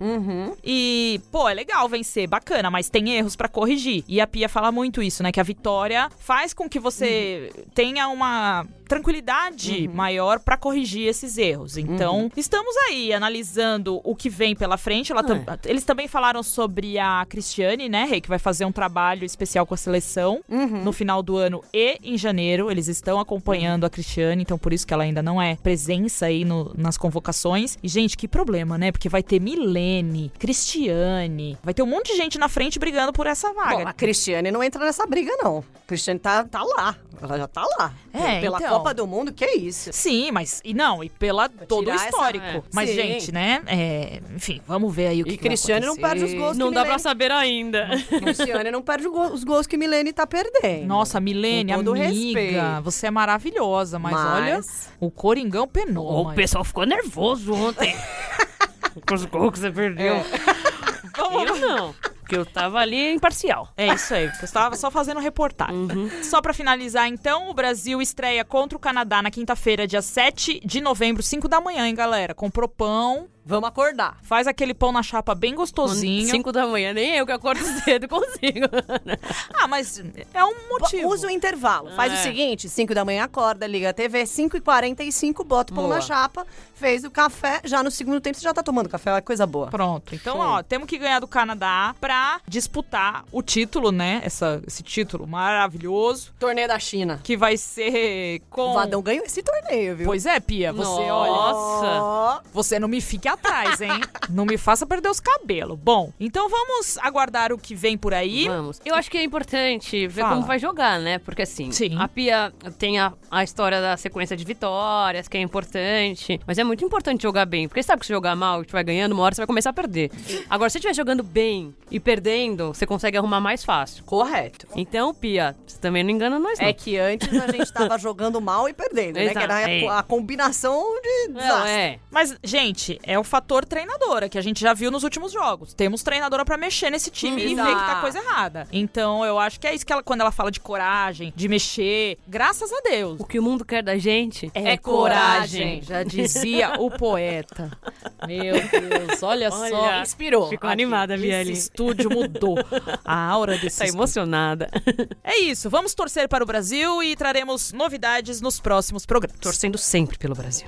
S2: E, pô, é legal vencer, bacana, mas tem erros pra corrigir. E a Pia fala muito isso, né? Que a vitória faz com que você tenha uma tranquilidade maior pra corrigir esses erros. Então, estamos aí analisando o que vem pela frente. Ela tam- Eles também falaram sobre a Cristiane, né, Rei, que vai fazer um trabalho especial com a seleção
S4: Uhum.
S2: no final do ano e em janeiro. Eles estão acompanhando a Cristiane, então por isso que ela ainda não é presença aí no- nas convocações. E, gente, que problema, né? Porque vai ter Milene, Cristiane, vai ter um monte de gente na frente brigando por essa vaga.
S4: Bom, a Cristiane não entra nessa briga, não. A Cristiane tá, tá lá. Ela já tá lá.
S2: É,
S4: Pela
S2: então.
S4: Copa do Mundo, que é isso.
S2: Sim, mas. E não, e pela todo o
S4: tirar essa-
S2: histórico.
S3: é.
S2: Mas,
S4: Sim.
S2: gente, né? é, enfim, vamos ver aí o que.
S4: E
S2: que vai
S4: Cristiane não
S2: acontecer.
S4: perde os gols
S3: Não
S4: que
S3: dá pra
S4: Milene...
S3: saber ainda.
S4: Cristiane não perde o gol- os gols que Milene tá perdendo.
S2: Nossa, Milene,
S4: Com todo
S2: amiga,
S4: respeito.
S2: você é maravilhosa, mas, olha, o Coringão penou.
S3: Ô,
S2: mãe.
S3: pessoal ficou nervoso
S4: <laughs>
S3: ontem. Com os gols que você perdeu.
S4: É.
S3: Eu não. Porque eu tava ali imparcial.
S2: É isso aí, eu estava só fazendo reportagem.
S4: Uhum.
S2: Só pra finalizar, então, o Brasil estreia contra o Canadá na quinta-feira, dia 7 de novembro, 5 da manhã, hein, galera? Comprou pão,
S4: Vamos acordar.
S2: faz aquele pão na chapa bem gostosinho.
S3: 5 da manhã, nem eu que acordo <laughs> cedo consigo. né?
S2: Ah, mas é um motivo.
S4: Usa o intervalo. Faz
S3: É.
S4: o seguinte: 5 da manhã acorda, liga a TV, 5h45, bota o pão
S3: Boa.
S4: na chapa, fez o café. Já no segundo tempo você já tá tomando café, olha que coisa boa.
S2: Pronto. Então, ó, temos que ganhar do Canadá pra disputar o título, né? Essa, esse título maravilhoso,
S4: Torneio da China.
S2: que vai ser com...
S4: O Vadão ganhou esse torneio, viu?
S2: Pois é, Pia, você olha...
S3: Nossa.
S4: Ó,
S2: Você não me fique atrás,
S3: <laughs>
S2: hein? não me faça perder os cabelos. Bom, então vamos aguardar o que vem por aí.
S3: Vamos. Eu acho que é importante ver
S2: Fala.
S3: como vai jogar, né? Porque assim,
S2: Sim.
S3: a Pia tem a, a história da sequência de vitórias, que é importante. Mas é muito importante jogar bem. Porque você sabe que se jogar mal, que você vai ganhando, uma hora você vai começar a perder. Agora, se você estiver jogando bem e perdendo, você consegue arrumar mais fácil.
S4: Correto.
S3: Então, Pia, você também não engana nós, não.
S4: É que antes a gente tava jogando mal e perdendo, né? Que
S3: Exato,
S4: era a-
S3: é.
S4: a, combinação de
S3: não,
S4: desastre.
S3: é.
S2: Mas, gente, é o fator treinadora, que a gente já viu nos últimos jogos. Temos treinadora pra mexer nesse time e ver que tá
S3: Exato.
S2: coisa errada. Então eu acho que é isso que ela, quando ela fala de coragem, de mexer, graças a Deus.
S3: O que o mundo quer da gente é,
S2: Já dizia o poeta. Meu Deus, olha,
S3: <laughs> Olha, tá
S2: só. Inspirou.
S3: ficou
S2: Aqui,
S3: animada, Miele.
S2: Esse estúdio
S3: <laughs>
S2: mudou. A aura desse
S3: Tá
S2: estúdio.
S3: emocionada.
S2: É isso, vamos torcer para o Brasil e traremos novidades nos próximos programas.
S3: Torcendo sempre pelo Brasil.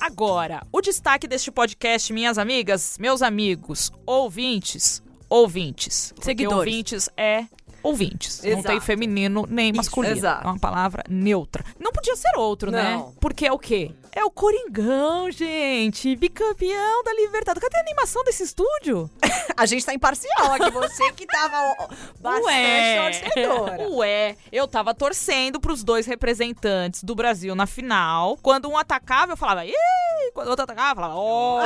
S2: Agora, o destaque deste podcast, minhas amigas, meus amigos, ouvintes, ouvintes. Porque
S3: Seguidores.
S2: ouvintes é ouvintes. Não
S4: Exato.
S2: tem feminino nem masculino.
S4: exato.
S2: É uma palavra neutra. Não podia ser outro, né?
S4: Não.
S2: Porque é o quê? É o Coringão, gente. Bicampeão da Libertadores. Cadê a animação desse estúdio?
S4: A gente tá imparcial aqui. Você que tava ó, bastante
S2: Ué.
S4: torcedora.
S2: <laughs> Ué, eu tava torcendo pros dois representantes do Brasil na final. Quando um atacava, eu falava, Ih! Quando o outro atacava, eu falava,
S4: <laughs>
S2: ó.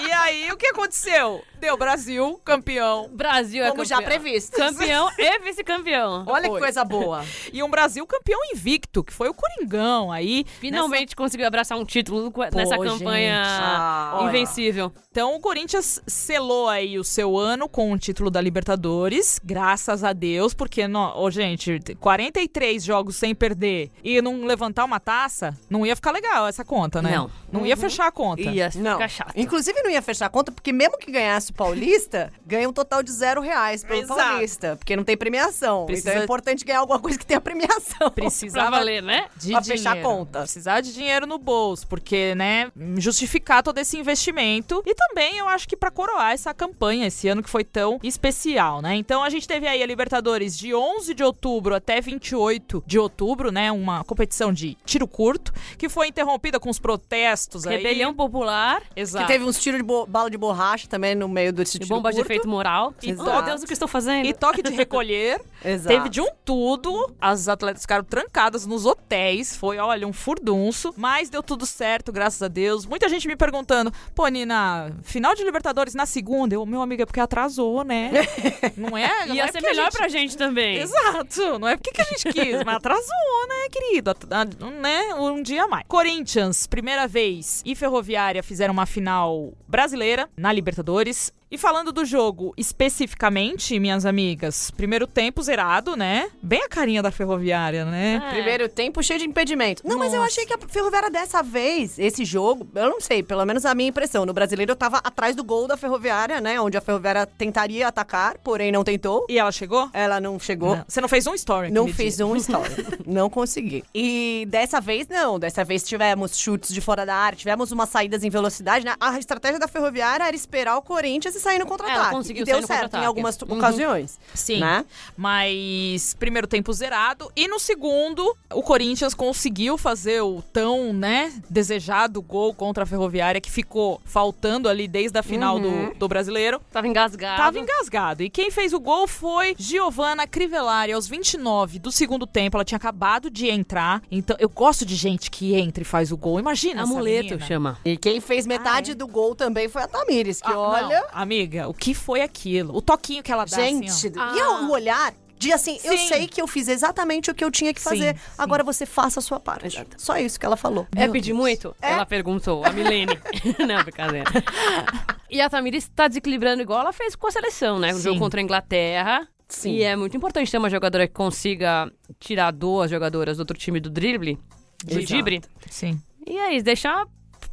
S2: e aí, o que aconteceu? Deu Brasil, campeão.
S3: Brasil é
S4: Como já previsto.
S3: Campeão e vice-campeão.
S4: Olha que
S2: Foi.
S4: coisa boa.
S2: E um Brasil campeão invicto, que foi o Coringão aí.
S3: Finalmente conseguiu abraçar um título co- nessa campanha
S4: Ah, olha.
S3: invencível.
S2: Então o Corinthians selou aí o seu ano com o título da Libertadores, graças a Deus, porque, nó- ô, gente, 43 jogos sem perder e não levantar uma taça, não ia ficar legal essa conta, né?
S3: Não. Uhum.
S2: Não ia fechar a conta.
S4: Tá.
S3: Ia
S4: Não.
S3: ficar chato.
S4: Inclusive, não ia fechar a conta, porque mesmo que ganhasse o Paulista, <laughs> ganha um total de zero reais pelo
S2: Exato.
S4: Paulista. Porque não tem premiação.
S2: Precisa-
S4: Então é importante ganhar alguma coisa que
S2: <laughs>
S4: tenha premiação.
S3: Pra
S2: Precisava
S3: valer, né?
S2: de
S4: pra fechar a
S2: dinheiro.
S4: conta.
S2: Precisar de dinheiro no bolso, porque, né, justificar todo esse investimento. E também eu acho que pra coroar essa campanha esse ano que foi tão especial, né? Então a gente teve aí a Libertadores de 11 de outubro até 28 de outubro, né? Uma competição de tiro curto que foi interrompida com os protestos aí.
S3: Rebelião popular
S2: Exato.
S4: Que teve uns tiros de bo- bala de borracha também no meio do
S3: e
S4: tiro
S3: bomba de
S4: curto.
S3: efeito moral. E,
S4: Exato.
S3: meu Deus, o que estou fazendo?
S2: E toque de recolher.
S4: Exato.
S2: Teve de um tudo. As atletas ficaram trancadas nos hotéis. Foi, olha, um furdunço. Mas deu tudo certo, graças a Deus. Muita gente me perguntando, pô, Nina, final de Libertadores na segunda? Eu, meu amigo, é porque atrasou,
S3: <laughs>
S2: né? Não é? não
S3: Ia
S2: é
S3: ser
S2: porque a
S3: melhor
S2: gente-
S3: pra gente também.
S2: Exato, não é porque que a gente quis, mas atrasou, né, querido? At- a- né? Um dia a mais. Corinthians, primeira vez, e Ferroviária fizeram uma final brasileira na Libertadores. E falando do jogo especificamente, minhas amigas, primeiro tempo zerado, né? Bem a carinha da Ferroviária, né?
S3: É.
S4: Primeiro tempo cheio de impedimento. Não, mas eu achei que a Ferroviária dessa vez, esse jogo, eu não sei, pelo menos a minha impressão. No brasileiro eu tava atrás do gol da Ferroviária, né? Onde a Ferroviária tentaria atacar, porém não tentou.
S2: E ela chegou?
S4: Ela não É. chegou.
S2: Não. Você não fez um story
S4: Não
S2: aquele dia. <laughs>
S4: fiz um story. não consegui. E dessa vez, não. Dessa vez tivemos chutes de fora da área, tivemos umas saídas em velocidade. Né? A estratégia da Ferroviária era esperar o Corinthians e sair no contra-ataque.
S3: Ela conseguiu
S4: e deu
S3: sair no
S4: certo em
S3: contra-ataque.
S4: algumas t-
S3: Uhum.
S4: ocasiões.
S2: Sim.
S4: Né?
S2: Mas primeiro tempo zerado. E no segundo, o Corinthians conseguiu fazer o tão, né, desejado gol contra a Ferroviária que ficou faltando ali desde a final
S4: Uhum.
S2: do, do brasileiro.
S3: Tava engasgado.
S2: Tava engasgado. E quem fez o gol foi Giovanna Crivellari, aos 29 do segundo tempo. Ela tinha acabado de entrar. Então, eu gosto de gente que entra e faz o gol. Imagina essa
S3: Amuleto
S2: menina.
S3: chama.
S4: E quem fez metade do gol também foi a Tamires, que
S2: Ah, não.
S4: olha.
S2: Amiga, o que foi aquilo? O toquinho que ela dá,
S4: Gente,
S2: assim, ó.
S3: ó.
S4: e
S3: Ah.
S4: o olhar de assim, eu
S2: Sim.
S4: sei que eu fiz exatamente o que eu tinha que
S2: Sim,
S4: fazer.
S2: sim.
S4: Agora você faça a sua parte.
S3: Exato.
S4: Só isso que ela falou.
S3: é pedir muito? Ela perguntou, a Milene. <laughs> Não, brincadeira. E a Tamiris tá desequilibrando igual ela fez com a seleção, né? O
S2: Sim.
S3: jogo contra a Inglaterra.
S4: Sim.
S3: E é muito importante ter uma jogadora que consiga tirar duas jogadoras do outro time do drible, do
S4: Exato.
S3: drible.
S2: Sim.
S3: E é isso, deixar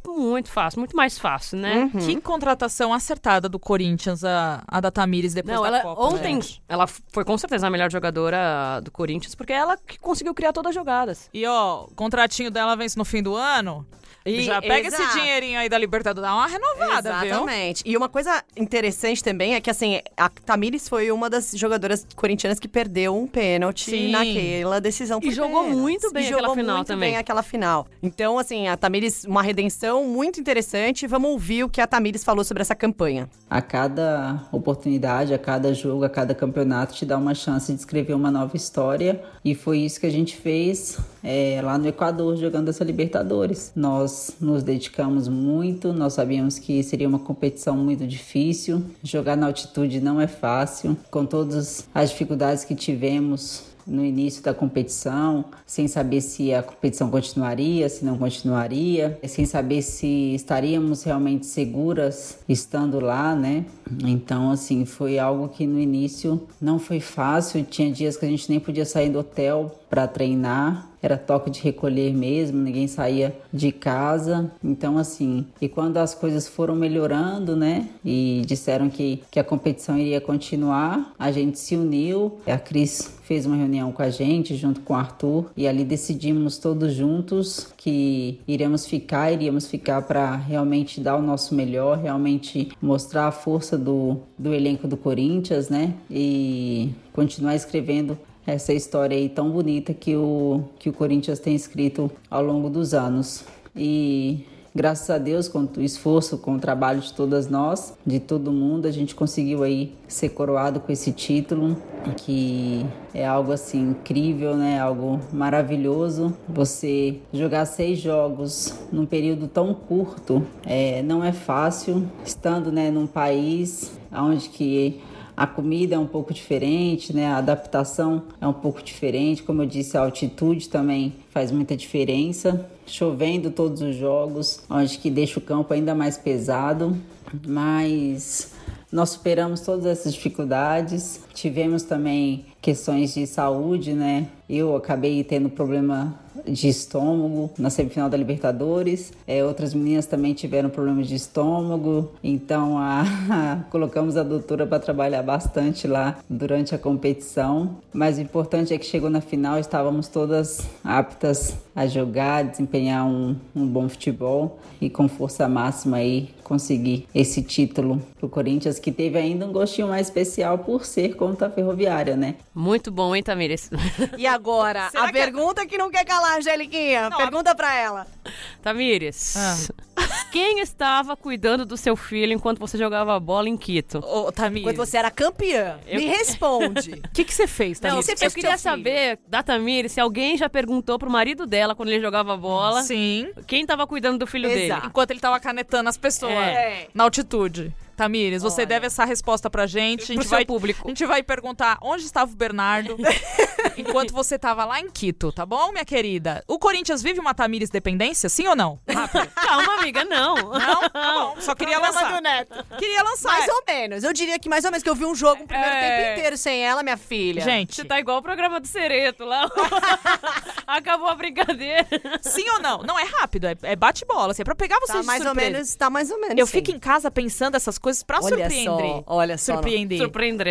S3: muito fácil, muito mais fácil, né?
S2: Que contratação acertada do Corinthians, a, a da Tamires depois
S3: Não,
S2: da
S3: ela
S2: Copa.
S3: ontem
S2: né?
S3: ela foi com certeza a melhor jogadora do Corinthians, porque é ela que conseguiu criar todas as jogadas.
S2: E ó, o contratinho dela vence no fim do ano.
S4: E-
S2: já pega esse
S4: exato.
S2: dinheirinho aí da Libertadores, dá uma renovada, viu?
S4: Exatamente. E uma coisa interessante também é que, assim, a Tamires foi uma das jogadoras corintianas que perdeu um pênalti
S2: Sim.
S4: naquela decisão. por
S3: jogou
S4: pênaltis.
S3: muito bem
S4: e
S3: aquela
S4: jogou
S3: final
S4: muito
S3: também.
S4: bem aquela final. Então, assim, a Tamires, uma redenção muito interessante. Vamos ouvir o que a Tamires falou sobre essa campanha.
S5: A cada oportunidade, a cada jogo, a cada campeonato te dá uma chance de escrever uma nova história e foi isso que a gente fez eh, lá no Equador jogando essa Libertadores. Nós nos dedicamos muito, nós sabíamos que seria uma competição muito difícil, jogar na altitude não é fácil, com todas as dificuldades que tivemos no início da competição, sem saber se a competição continuaria, se não continuaria, sem saber se estaríamos realmente seguras estando lá, né? Então, assim, foi algo que no início não foi fácil. Tinha dias que a gente nem podia sair do hotel para treinar, era toque de recolher mesmo, ninguém saía de casa. Então, assim, e quando as coisas foram melhorando, né, e disseram que, que a competição iria continuar, a gente se uniu. A Cris fez uma reunião com a gente, junto com o Arthur, e ali decidimos todos juntos que iremos ficar, iríamos ficar para realmente dar o nosso melhor, realmente mostrar a força do, do elenco do Corinthians, né, e continuar escrevendo essa história aí tão bonita que o, que o Corinthians tem escrito ao longo dos anos. E graças a Deus, com o esforço, com o trabalho de todas nós, de todo mundo, a gente conseguiu aí ser coroado com esse título, que é algo assim incrível, né? Algo maravilhoso. Você jogar seis jogos num período tão curto é, não é fácil, estando né, num país onde que a comida é um pouco diferente, né? A adaptação é um pouco diferente. Como eu disse, a altitude também faz muita diferença. Chovendo todos os jogos, onde que deixa o campo ainda mais pesado. Mas nós superamos todas essas dificuldades. Tivemos também questões de saúde, né? Eu acabei tendo problema de estômago na semifinal da Libertadores. É, outras meninas também tiveram problemas de estômago. Então a, <laughs> a, colocamos a doutora para trabalhar bastante lá durante a competição. Mas o importante é que chegou na final, estávamos todas aptas a jogar, desempenhar um, um bom futebol e com força máxima aí conseguir esse título pro Corinthians, que teve ainda um gostinho mais especial por ser contra a Ferroviária, né?
S3: Muito bom, hein, Tamires?
S4: E agora, Será a que... é pergunta que não quer calar, Angeliquinha. Não, pergunta a... pra ela.
S3: Tamires. Ah. <laughs> Quem estava cuidando do seu filho enquanto você jogava bola em Quito?
S4: Ô, Tamires. Quando você era campeã. Eu... Me responde.
S2: O que, que você fez, Tamires? Não,
S3: você fez eu queria saber da Tamires se alguém já perguntou pro marido dela quando ele jogava bola.
S2: Sim.
S3: Quem estava cuidando do filho Exato. dele?
S2: Enquanto ele estava canetando as pessoas é. na altitude. Tamires, você Olha. deve essa resposta pra gente.
S3: Pro
S2: a gente vai,
S3: público.
S2: A gente vai perguntar onde estava o
S3: <laughs>
S2: Bernardo enquanto você estava lá em Quito, tá bom, minha querida? O Corinthians vive uma Tamires dependência, sim ou não?
S3: Rápido. <laughs> Calma, amiga, não. <laughs>
S2: Não? Tá bom, só queria Problema lançar.
S4: Do neto.
S2: Queria lançar.
S4: Mais ou menos. Eu diria que mais ou menos, que eu vi um jogo o primeiro é... tempo inteiro sem ela, minha filha.
S2: Gente.
S3: Você tá igual o programa do Cereto
S4: <laughs>
S3: lá. Acabou a brincadeira.
S2: Sim ou não? Não, é rápido, é, é bate-bola, assim, é pra pegar vocês tá
S4: mais
S2: surpresa.
S4: ou menos, Tá mais ou menos,
S2: Eu
S4: sim.
S2: fico em casa pensando essas coisas pra
S4: olha
S2: surpreender.
S4: Só, olha só.
S2: Surpreender.
S3: Surpreender.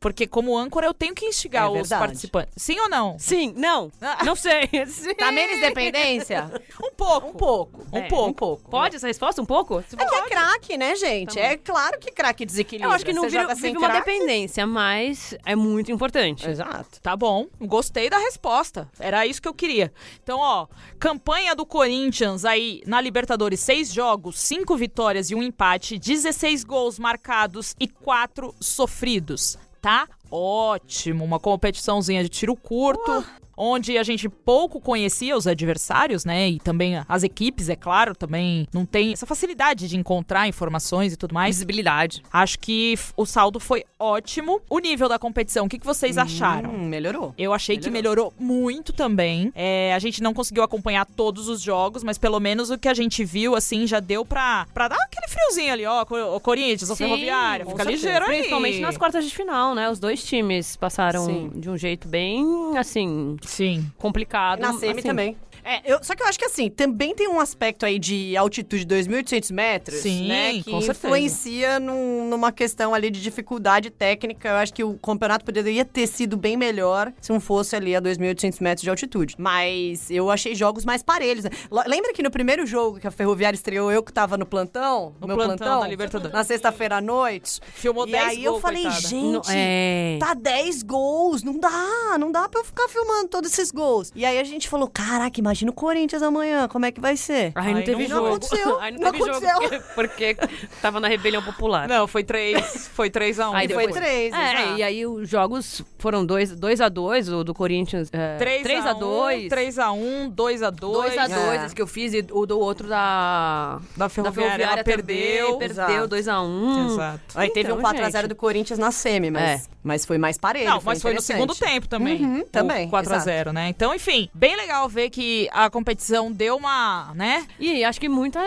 S2: Porque como âncora eu tenho que instigar
S4: É
S2: os
S4: verdade.
S2: participantes. Sim ou não?
S3: Sim, não.
S4: Ah.
S3: Não
S4: <laughs>
S3: sei. Sim.
S4: Tá
S3: <laughs>
S4: menos dependência?
S2: Um pouco.
S4: Um pouco.
S2: Um
S3: É.
S2: pouco.
S3: Pode essa resposta um pouco?
S4: É que é craque, né, gente?
S3: Tá bom.
S4: é claro que craque desequilibra.
S3: Eu acho que não
S4: Você
S3: vira,
S4: joga assim, sem
S3: vive uma
S4: craque?
S3: dependência, mas é muito importante.
S4: Exato.
S2: Tá bom, gostei da resposta. Era isso que eu queria. Então, ó, campanha do Corinthians aí na Libertadores: seis jogos, cinco vitórias e um empate, 16 gols marcados e quatro sofridos. Tá ótimo, uma competiçãozinha de tiro curto. Onde a gente pouco conhecia os adversários, né? E também as equipes, é claro, também não tem essa facilidade de encontrar informações e tudo mais.
S3: Visibilidade.
S2: Acho que f- o saldo foi ótimo. O nível da competição, o que, que vocês acharam?
S4: Hum, melhorou.
S2: Eu achei que melhorou muito também. É, a gente não conseguiu acompanhar todos os jogos, mas pelo menos o que a gente viu, assim, já deu pra, pra dar aquele friozinho ali, ó. Co- O Corinthians, o
S3: Sim,
S2: Ferroviária.
S3: com
S2: Fica
S3: certeza.
S2: ligeiro aí.
S3: Principalmente nas quartas de final, né? Os dois times passaram
S4: Sim.
S3: de um jeito bem, assim,
S2: Sim.
S3: complicado.
S4: Na semi
S3: assim.
S4: também. É, eu- só que eu acho que assim, também tem um aspecto aí de altitude de 2.800 metros,
S2: Sim,
S4: né? Que
S2: com certeza.
S4: influencia num- numa questão ali de dificuldade técnica. Eu acho que o campeonato poderia ter sido bem melhor se não fosse ali a 2.800 metros de altitude. Mas eu achei jogos mais parelhos. né? Lo- Lembra que no primeiro jogo que a Ferroviária estreou, eu que tava no plantão?
S2: No
S4: meu
S2: plantão
S4: plantão?
S2: da Libertadores.
S4: Na sexta-feira à noite.
S2: Filmou
S4: e
S2: 10
S4: aí eu
S2: gols,
S4: falei,
S2: coitada.
S4: gente,
S3: Não- é.
S4: Tá 10 gols, não dá, não dá pra eu ficar filmando todos esses gols. E aí a gente falou, caraca, Imagina o Corinthians amanhã, como é que vai ser?
S3: Ai, não
S2: Ai,
S3: teve
S2: não-
S3: jogo.
S4: não
S3: <laughs>
S4: aconteceu,
S3: Ai, não,
S4: não
S3: teve jogo
S4: aconteceu.
S3: porque, porque tava na rebelião popular.
S2: Não, foi
S3: <laughs>
S2: 3 foi 3 a 1
S3: Aí
S4: Foi
S3: depois-
S4: três,
S3: É,
S4: exato.
S3: e aí os jogos foram 2 dois, a 2 o do Corinthians. É,
S2: 3
S3: 3 a 2
S2: 3 um, a 1 2 a 2
S3: 2 a 2
S4: É.
S3: esse que eu fiz, e o do outro da,
S2: da
S3: da
S2: Ferroviária,
S3: Ferroviária
S2: ela perdeu.
S3: também, perdeu
S4: Exato.
S3: 2 a 1
S2: Exato.
S4: Aí teve
S3: Então,
S4: um 4x0
S3: gente. É.
S4: do Corinthians na semi, mas, mas foi mais parelho.
S2: Não, mas foi no
S4: interessante.
S2: segundo tempo também.
S4: Uhum, também,
S2: 4 a 0 né? Então, enfim, bem legal ver que a competição deu uma, né?
S3: E acho que muita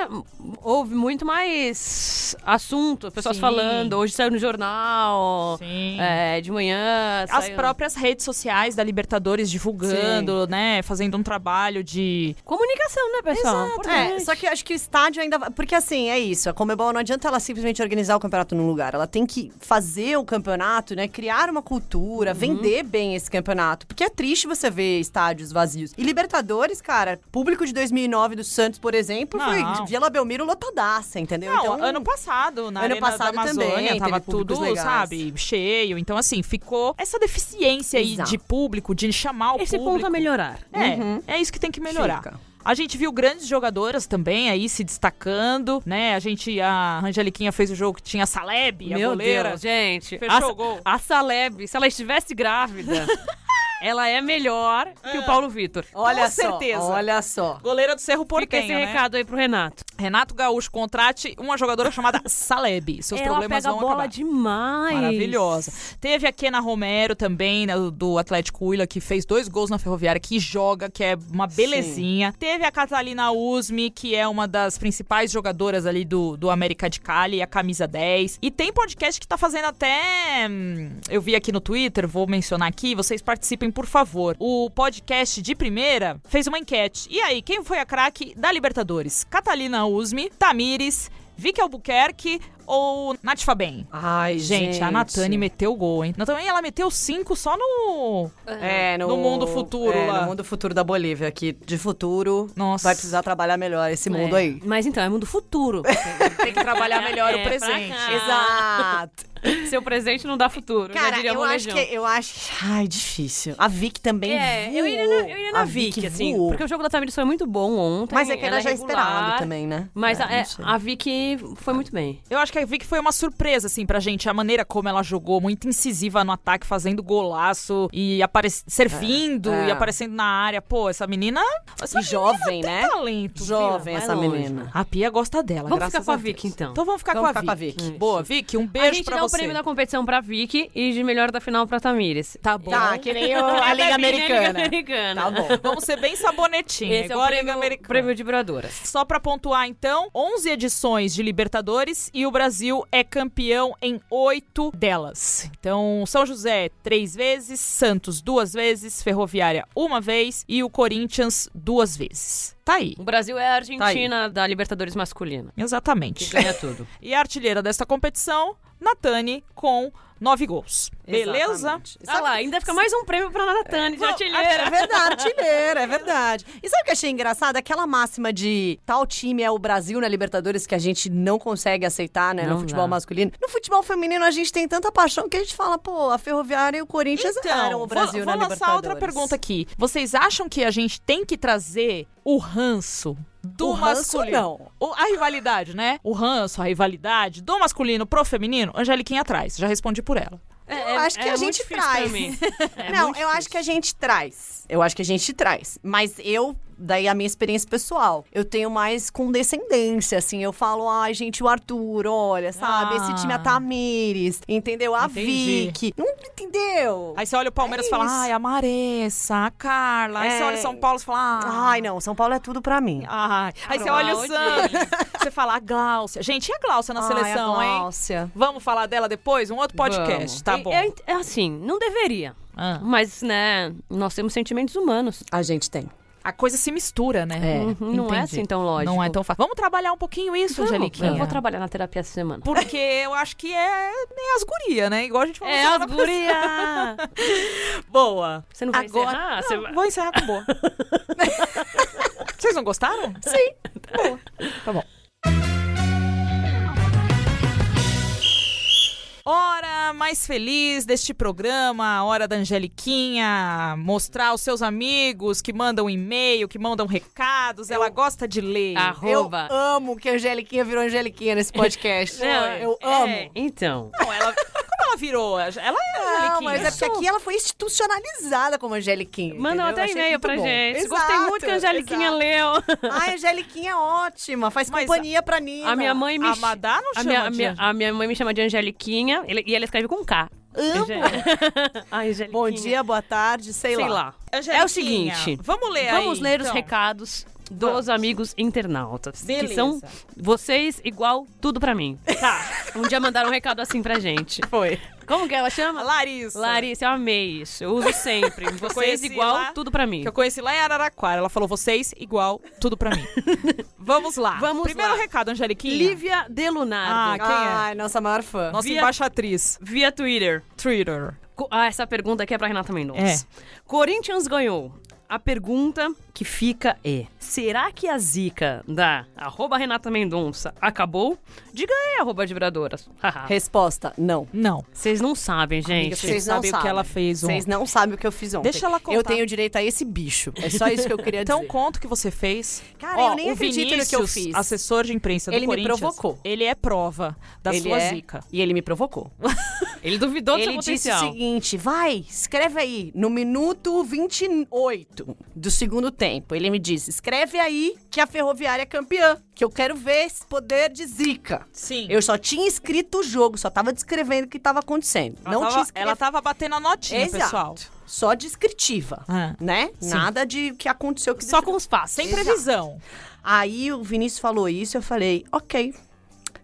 S3: houve muito mais assunto, as pessoas
S2: Sim.
S3: falando, hoje saiu no jornal,
S2: Sim.
S3: é, de manhã,
S2: As
S3: saiu-
S2: próprias redes sociais da Libertadores divulgando, né? Fazendo um trabalho de.
S3: comunicação, né, pessoal?
S4: É, só que eu acho que o estádio ainda. vai- Porque assim, é isso. A Comebol não adianta ela simplesmente organizar o campeonato num lugar. Ela tem que fazer o campeonato, né? Criar uma cultura,
S2: Uhum.
S4: vender bem esse campeonato. Porque é triste você ver estádios vazios. E Libertadores, cara, público de 2009 do Santos, por exemplo,
S2: Não.
S4: foi Vila Belmiro lotadaça, entendeu? Então,
S2: Não, Então, ano passado, na
S4: Ano
S2: Arena
S4: passado
S2: da Amazônia,
S4: também,
S2: tava
S4: teve públicos
S2: tudo,
S4: legais.
S2: sabe, cheio. Então, assim, ficou essa deficiência aí
S4: Exato.
S2: de público, de chamar o
S3: Esse
S2: público.
S3: ponto a melhorar.
S2: É, é isso que tem que melhorar.
S4: Fica.
S2: A gente viu grandes jogadoras também aí se destacando, né? A gente, a Angeliquinha fez o jogo que tinha a Saleb, a
S3: Meu
S2: goleira.
S3: Deus, gente.
S2: Fechou
S3: a,
S2: o gol.
S3: A Saleb, se ela
S2: <laughs>
S3: estivesse grávida, ela é melhor que o Paulo Vitor.
S4: Olha
S2: Com certeza.
S4: Só, olha só.
S2: Goleira do Cerro
S3: Fica
S2: Portenho,
S3: esse
S2: né?
S3: recado aí pro Renato.
S2: Renato Gaúcho, contrate uma jogadora chamada Saleb. Seus
S3: ela
S2: problemas
S3: pega a
S2: vão
S3: bola
S2: acabar.
S3: demais.
S2: Maravilhosa. Teve a Kena Romero também, né, do Atlético Huila, que fez dois gols na Ferroviária, que joga, que é uma belezinha. Teve a Catalina Usme, que é uma das principais jogadoras ali do, do América de Cali, a camisa 10. E tem podcast que tá fazendo até. hum, Eu vi aqui no Twitter, vou mencionar aqui, vocês participem, por favor. O podcast de primeira fez uma enquete. E aí, quem foi a craque da Libertadores? Catalina Usme, Tamires, Vicky Albuquerque ou Nath Fabem?
S4: Ai,
S2: Gente, a Natane meteu o gol, hein? Natane, ela meteu cinco só no.
S4: É,
S2: no mundo futuro
S4: é,
S2: lá.
S4: No mundo futuro da Bolívia, que de futuro
S2: Nossa.
S4: vai precisar trabalhar melhor esse
S3: É.
S4: mundo aí.
S3: Mas então, é mundo futuro.
S2: <laughs> Tem que trabalhar melhor
S3: É,
S2: o
S3: pra
S2: presente.
S3: cá.
S4: Exato.
S3: Seu presente não dá futuro. já
S4: Cara,
S3: diria
S4: eu
S3: Molejão.
S4: acho que. Eu acho. <laughs> Ai, difícil. A Vic também.
S3: É,
S4: voou.
S3: eu iria na, eu iria na
S4: A
S3: Vic, assim.
S4: voou.
S3: Porque o jogo da Tamires foi muito bom ontem.
S4: Mas é que
S3: ela
S4: era já
S3: regular,
S4: esperado também, né?
S3: Mas
S4: É,
S3: a, é,
S4: não sei.
S3: a Vicky foi muito bem.
S2: Eu acho que a Vicky foi uma surpresa, assim, pra gente. A maneira como ela jogou, muito incisiva no ataque, fazendo golaço e apare... servindo
S4: é.
S2: e aparecendo na área. Pô, essa menina. Essa
S4: E jovem,
S2: menina
S4: né?
S2: tem talento.
S4: Jovem
S3: vai
S4: essa
S3: longe.
S4: menina.
S2: A Pia gosta dela,
S3: Vamos
S2: graças
S3: ficar com a
S2: Deus.
S3: Vicky, então.
S2: Então vamos ficar,
S4: Vamos
S2: com, a
S4: ficar com a
S2: Vicky.
S4: Vicky.
S2: Boa, Vicky, um
S3: A
S2: beijo
S3: gente
S2: pra
S3: dá
S2: você.
S3: o prêmio da competição pra Vicky e de melhor da final pra Tamires.
S2: Tá bom.
S4: Tá, que nem
S3: <laughs>
S4: o- a Liga
S3: Liga
S4: Americana.
S3: Americana.
S4: Tá bom.
S2: Vamos ser bem sabonetinha,
S3: Esse é
S2: igual
S3: o
S2: a Liga
S3: prêmio,
S2: Americana.
S3: prêmio de Bradoras.
S2: Só pra pontuar, então, 11 edições de Libertadores e o Brasil é campeão em oito delas. Então, São José três vezes, Santos duas vezes, Ferroviária uma vez e o Corinthians duas vezes. Tá aí.
S3: O Brasil é a
S4: Tá aí.
S3: Argentina da Libertadores masculina.
S4: <laughs>
S2: Exatamente.
S3: Que ganha tudo.
S2: E a artilheira desta competição, Natane, com nove gols. Beleza?
S4: Exatamente.
S3: Ah lá, ainda fica mais um prêmio pra Natane, de
S4: É
S3: artilheira.
S4: verdade, artilheira, é verdade. E sabe o que eu achei engraçado? Aquela máxima de tal time é o Brasil na Libertadores que a gente não consegue aceitar, né?
S3: Não
S4: no futebol
S3: dá.
S4: masculino. No futebol feminino, a gente tem tanta paixão que a gente fala, pô, a Ferroviária e o Corinthians
S3: Então,
S4: eram o
S2: Então, vou-
S4: Brasil
S2: vou,
S4: na Libertadores.
S2: lançar outra pergunta aqui. Vocês acham que a gente tem que trazer o ranço do
S4: O ranço,
S2: masculino?
S4: não.
S2: O- a rivalidade, né? O ranço, a rivalidade do masculino pro feminino, Angeliquinha atrás. Já respondi por ela.
S3: É-
S4: Eu acho que
S3: é
S4: a
S3: muito
S4: gente
S3: difícil
S4: traz. <laughs>
S3: pra mim. É
S4: não, um
S3: muito
S4: eu acho que a gente traz. Eu acho que a gente traz. Mas eu, daí a minha experiência pessoal, eu tenho mais condescendência, assim. Eu falo, ai, gente, o Arthur, olha,
S2: Ah.
S4: sabe? Esse time é a Tamires, entendeu? A
S2: Entendi.
S4: Vicky. Não entendeu?
S2: Aí você olha o Palmeiras e
S4: É
S2: fala,
S4: isso.
S2: ai, a Maressa, a Carla. Aí
S4: É.
S2: você olha o São Paulo e fala, ah,
S4: Ai, não, São Paulo é tudo pra mim.
S2: Ai. Aí você olha o
S3: Claudinha.
S2: Santos. você fala, a Gláucia. Gente, e a Gláucia na
S4: Ai,
S2: seleção,
S4: a
S2: hein?
S4: Gláucia.
S2: Vamos falar dela depois? Um outro podcast, tá bom?
S3: É, é assim, não deveria.
S2: Ah.
S3: Mas, né, nós temos sentimentos humanos.
S4: A gente tem.
S2: A coisa se mistura, né?
S4: É.
S3: Uhum, não é
S2: Entendi.
S3: assim tão lógico.
S2: Não é tão fácil. Vamos trabalhar um pouquinho isso,
S3: Vamos,
S2: Angeliquinha.
S3: Eu vou trabalhar na terapia essa semana.
S2: Porque eu acho que é, é as guria, né? Igual a gente falou.
S3: É
S2: semana
S3: as guria!
S2: passada. <laughs> Boa.
S3: Você não vai
S2: Agora-
S3: encerrar? Ah, Você vai-
S2: Vou encerrar com boa. <laughs> Vocês não gostaram?
S4: Sim.
S2: Tá bom. Ora, mais feliz deste programa, a Hora da Angeliquinha, mostrar aos seus amigos que mandam e-mail, que mandam recados, ela gosta de ler.
S3: Ah, Arroba.
S4: Eu amo que a Angeliquinha virou
S3: <laughs>
S4: Angeliquinha nesse podcast.
S3: Não,
S4: eu
S3: é,
S4: amo.
S3: Então.
S2: Não, ela... Como ela virou? Ela é
S4: Não,
S2: Angeliquinha.
S4: mas é porque aqui ela foi institucionalizada como Angeliquinha.
S3: Mandam
S4: entendeu?
S3: até
S4: Achei
S3: e-mail
S4: muito
S3: pra
S4: bom.
S3: gente.
S4: Exato,
S3: Gostei muito que a Angeliquinha
S4: exato.
S3: leu.
S4: Ai, a Angeliquinha é ótima. Faz
S2: Mas
S4: companhia pra Nina.
S3: A minha mãe me.
S2: A Madá não
S3: a
S2: chama
S3: minha, a
S2: de
S3: minha-
S2: Angeliquinha.
S3: a minha mãe me chama de Angeliquinha ele- e ela escreve com K. Amo! <laughs> Ai, Angeliquinha.
S2: é
S4: Bom dia, boa tarde, sei,
S3: Sei lá.
S2: Angeliquinha,
S3: É o seguinte.
S2: Vamos ler aí.
S3: Vamos ler os
S2: então.
S3: recados dos
S2: Vamos.
S3: amigos internautas.
S2: Beleza.
S3: Que são vocês igual tudo pra mim. Tá. Um dia mandaram um recado assim pra gente.
S2: Foi.
S3: Como que ela chama?
S2: Larissa.
S3: Larissa, eu amei isso. Eu uso sempre. Vocês
S2: conheci
S3: igual
S2: lá.
S3: tudo pra mim.
S2: Que eu conheci lá em Araraquara. Ela falou vocês igual tudo pra mim. Vamos lá.
S3: Vamos
S2: Primeiro
S3: lá.
S2: recado, Angeliquinha.
S3: Lívia Delunardo.
S2: Ah, quem é?
S4: Ai, nossa maior fã.
S2: Nossa
S3: Via-
S2: embaixatriz.
S3: Via Twitter.
S2: Twitter.
S3: Co- Ah, essa pergunta aqui é pra Renata Mendonça. Corinthians ganhou. A pergunta que fica é: será que a zica da arroba Renata Mendonça acabou? Diga aí, arroba de vibradoras. Haha.
S4: Resposta, não.
S2: Não.
S3: Vocês não sabem, gente.
S2: Amiga, Vocês sabem o que ela fez ontem.
S4: Vocês não sabem o que eu fiz ontem.
S2: Deixa ela contar.
S4: Eu tenho direito a esse bicho. É só isso que eu queria
S2: Então
S4: dizer.
S2: conta o que você fez.
S4: Cara,
S2: Ó,
S4: eu nem
S2: o
S4: acredito no
S2: Vinícius,
S4: que eu fiz.
S2: assessor de imprensa do
S4: Ele me
S2: Corinthians,
S4: provocou.
S2: Ele é prova da
S4: ele
S2: sua
S4: é-
S2: zica.
S4: E ele
S2: <laughs>
S4: me provocou.
S3: Ele duvidou do seu
S4: ele disse o
S3: potencial.
S4: seguinte: vai, escreve aí, no minuto 28 do segundo tempo. Ele me disse: escreve aí que a ferroviária é campeã, que eu quero ver esse poder de zica.
S2: Sim.
S4: Eu só tinha escrito o jogo, só tava descrevendo o que tava acontecendo.
S2: Ela
S4: não
S2: tava,
S4: tinha escrito.
S2: Ela tava batendo a notinha,
S4: Exato.
S2: pessoal.
S4: Só descritiva,
S2: Ah,
S4: né?
S2: sim.
S4: Nada de o que aconteceu que
S3: Só com os passos.
S2: Sem previsão.
S4: Aí o Vinícius falou isso, eu falei: ok.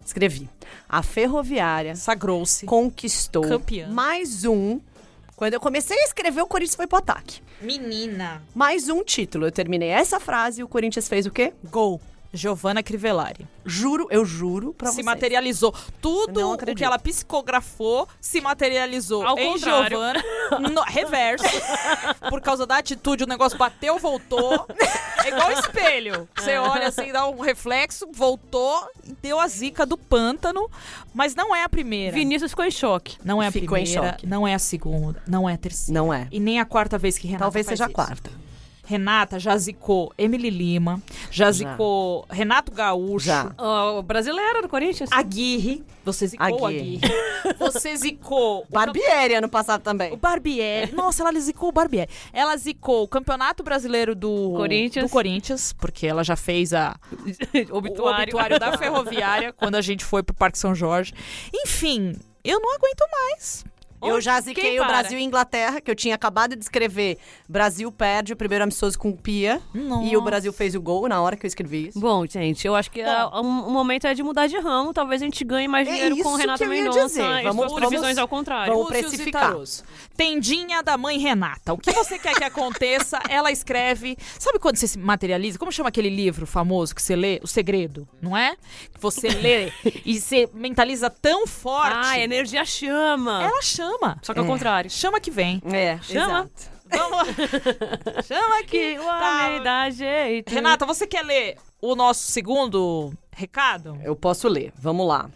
S4: Escrevi. A ferroviária
S2: Sagrou-se.
S4: conquistou
S2: Campeã.
S4: mais um. Quando eu comecei a escrever, o Corinthians foi pro ataque.
S2: Menina.
S4: Mais um título. Eu terminei essa frase e o Corinthians fez o quê?
S2: Gol. Giovanna Crivellari.
S4: Juro, eu juro pra
S2: se
S4: vocês.
S2: materializou.
S4: Eu não
S2: Tudo o
S4: acredito.
S2: que ela psicografou se materializou
S3: Ao
S2: em
S3: contrário.
S2: Giovanna, no
S3: <laughs>
S2: reverso. Por causa da atitude, o negócio bateu, voltou. É igual espelho. Você
S4: É.
S2: olha assim, dá um reflexo, voltou, deu a zica do pântano, mas não é a primeira.
S3: Vinícius ficou em choque.
S2: Não é a
S4: Ficou em
S2: primeira,
S4: choque.
S2: não é a segunda, não é a terceira.
S4: Não é.
S2: E nem a quarta vez que Renata
S4: Talvez
S2: faz
S4: seja a
S2: isso.
S4: quarta.
S2: Renata já zicou Emily Lima, já, zicou Renato Gaúcho.
S4: Já.
S3: Ó, O brasileiro do Corinthians.
S2: Aguirre. Você zicou
S4: Aguirre.
S2: Aguirre. Você zicou o campe-
S4: Barbieri ano passado
S2: o
S4: também.
S2: Barbieri. Nossa, ela zicou o Barbieri. Ela zicou o Campeonato Brasileiro do
S3: Corinthians.
S2: do Corinthians, porque ela já fez a, o
S3: obituário.
S2: obituário da Ferroviária quando a gente foi pro Parque São Jorge. Enfim, eu não aguento mais.
S4: Eu já
S3: Quem
S4: ziquei o
S3: para?
S4: Brasil e Inglaterra, que eu tinha acabado de escrever. Brasil perde o primeiro amistoso com o Pia. E o
S2: Nossa.
S4: Brasil fez o gol na hora que eu escrevi isso.
S3: Bom, gente, eu acho que ah, um- o momento é de mudar de ramo. Talvez a gente ganhe mais
S4: É
S3: dinheiro com
S4: isso
S3: o Renato
S4: que eu ia
S3: Mendonça.
S4: dizer.
S3: e
S4: Vamos-
S3: suas previsões
S4: vamos-
S3: ao contrário.
S4: vamos- Vou
S2: Lúcius e
S4: precificar.
S2: Taroso. Tendinha da mãe Renata. O que você quer que aconteça, ela escreve. Sabe quando você se materializa? Como chama aquele livro famoso que você lê? O Segredo, não é? Que você lê e você mentaliza tão forte.
S3: Ah, a energia chama.
S2: Ela chama.
S3: Só que ao contrário.
S2: Chama que vem.
S4: É,
S3: Chama.
S4: exato.
S2: Vamos. <laughs> chama que.
S3: Que
S2: <laughs>
S3: o
S2: Tá.
S3: homem dá jeito.
S2: Renata, você quer ler o nosso segundo recado?
S4: Eu posso ler. Vamos lá.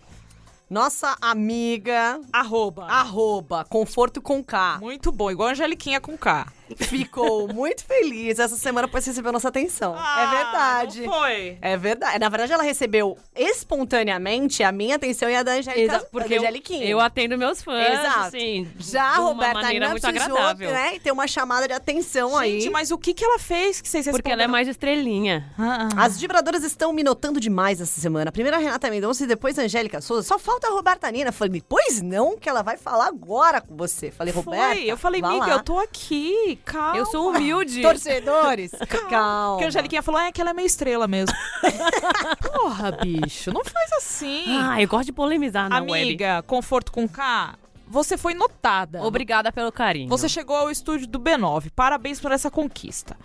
S4: Nossa amiga,
S2: Arroba.
S4: arroba, conforto com K.
S2: Ah, Muito bom, igual a Angeliquinha com K.
S3: <laughs>
S4: Ficou muito feliz essa semana pois recebeu nossa atenção.
S3: Ah,
S4: é verdade.
S2: Ah, não foi.
S4: É verdade. Na verdade, ela recebeu espontaneamente a minha atenção e a da Angélica.
S3: Exato, porque
S4: da
S3: eu,
S4: Angeliquinha.
S3: eu atendo meus fãs,
S4: Exato.
S3: assim,
S4: Já
S3: de
S4: a
S3: uma
S4: Roberta
S3: maneira
S4: Ana
S3: muito
S4: precisou,
S3: agradável.
S4: né, ter uma chamada de atenção
S2: Gente,
S4: aí.
S2: mas o que, que ela fez que vocês
S3: Então Porque ela é
S2: responderam?
S3: mais estrelinha.
S2: Ah, ah.
S4: As vibradoras estão me notando demais essa semana. Primeiro a Renata Mendonça e depois a Angélica Souza. Só falta a Roberta Nina. Falei, pois não, que ela vai falar agora com você. Falei, Roberta.
S2: Foi, eu falei,
S4: vá
S2: miga,
S4: lá.
S2: eu tô aqui, calma.
S3: Eu sou humilde.
S2: <laughs>
S4: Torcedores, calma.
S2: Porque a Angeliquinha falou, é que ela é meio estrela mesmo. <laughs> Porra, bicho, não faz assim.
S3: Ah, eu gosto de polemizar na web.
S2: Amiga, conforto com K, você foi notada.
S3: Obrigada pelo carinho.
S2: Você chegou ao estúdio do B9. Parabéns por essa conquista.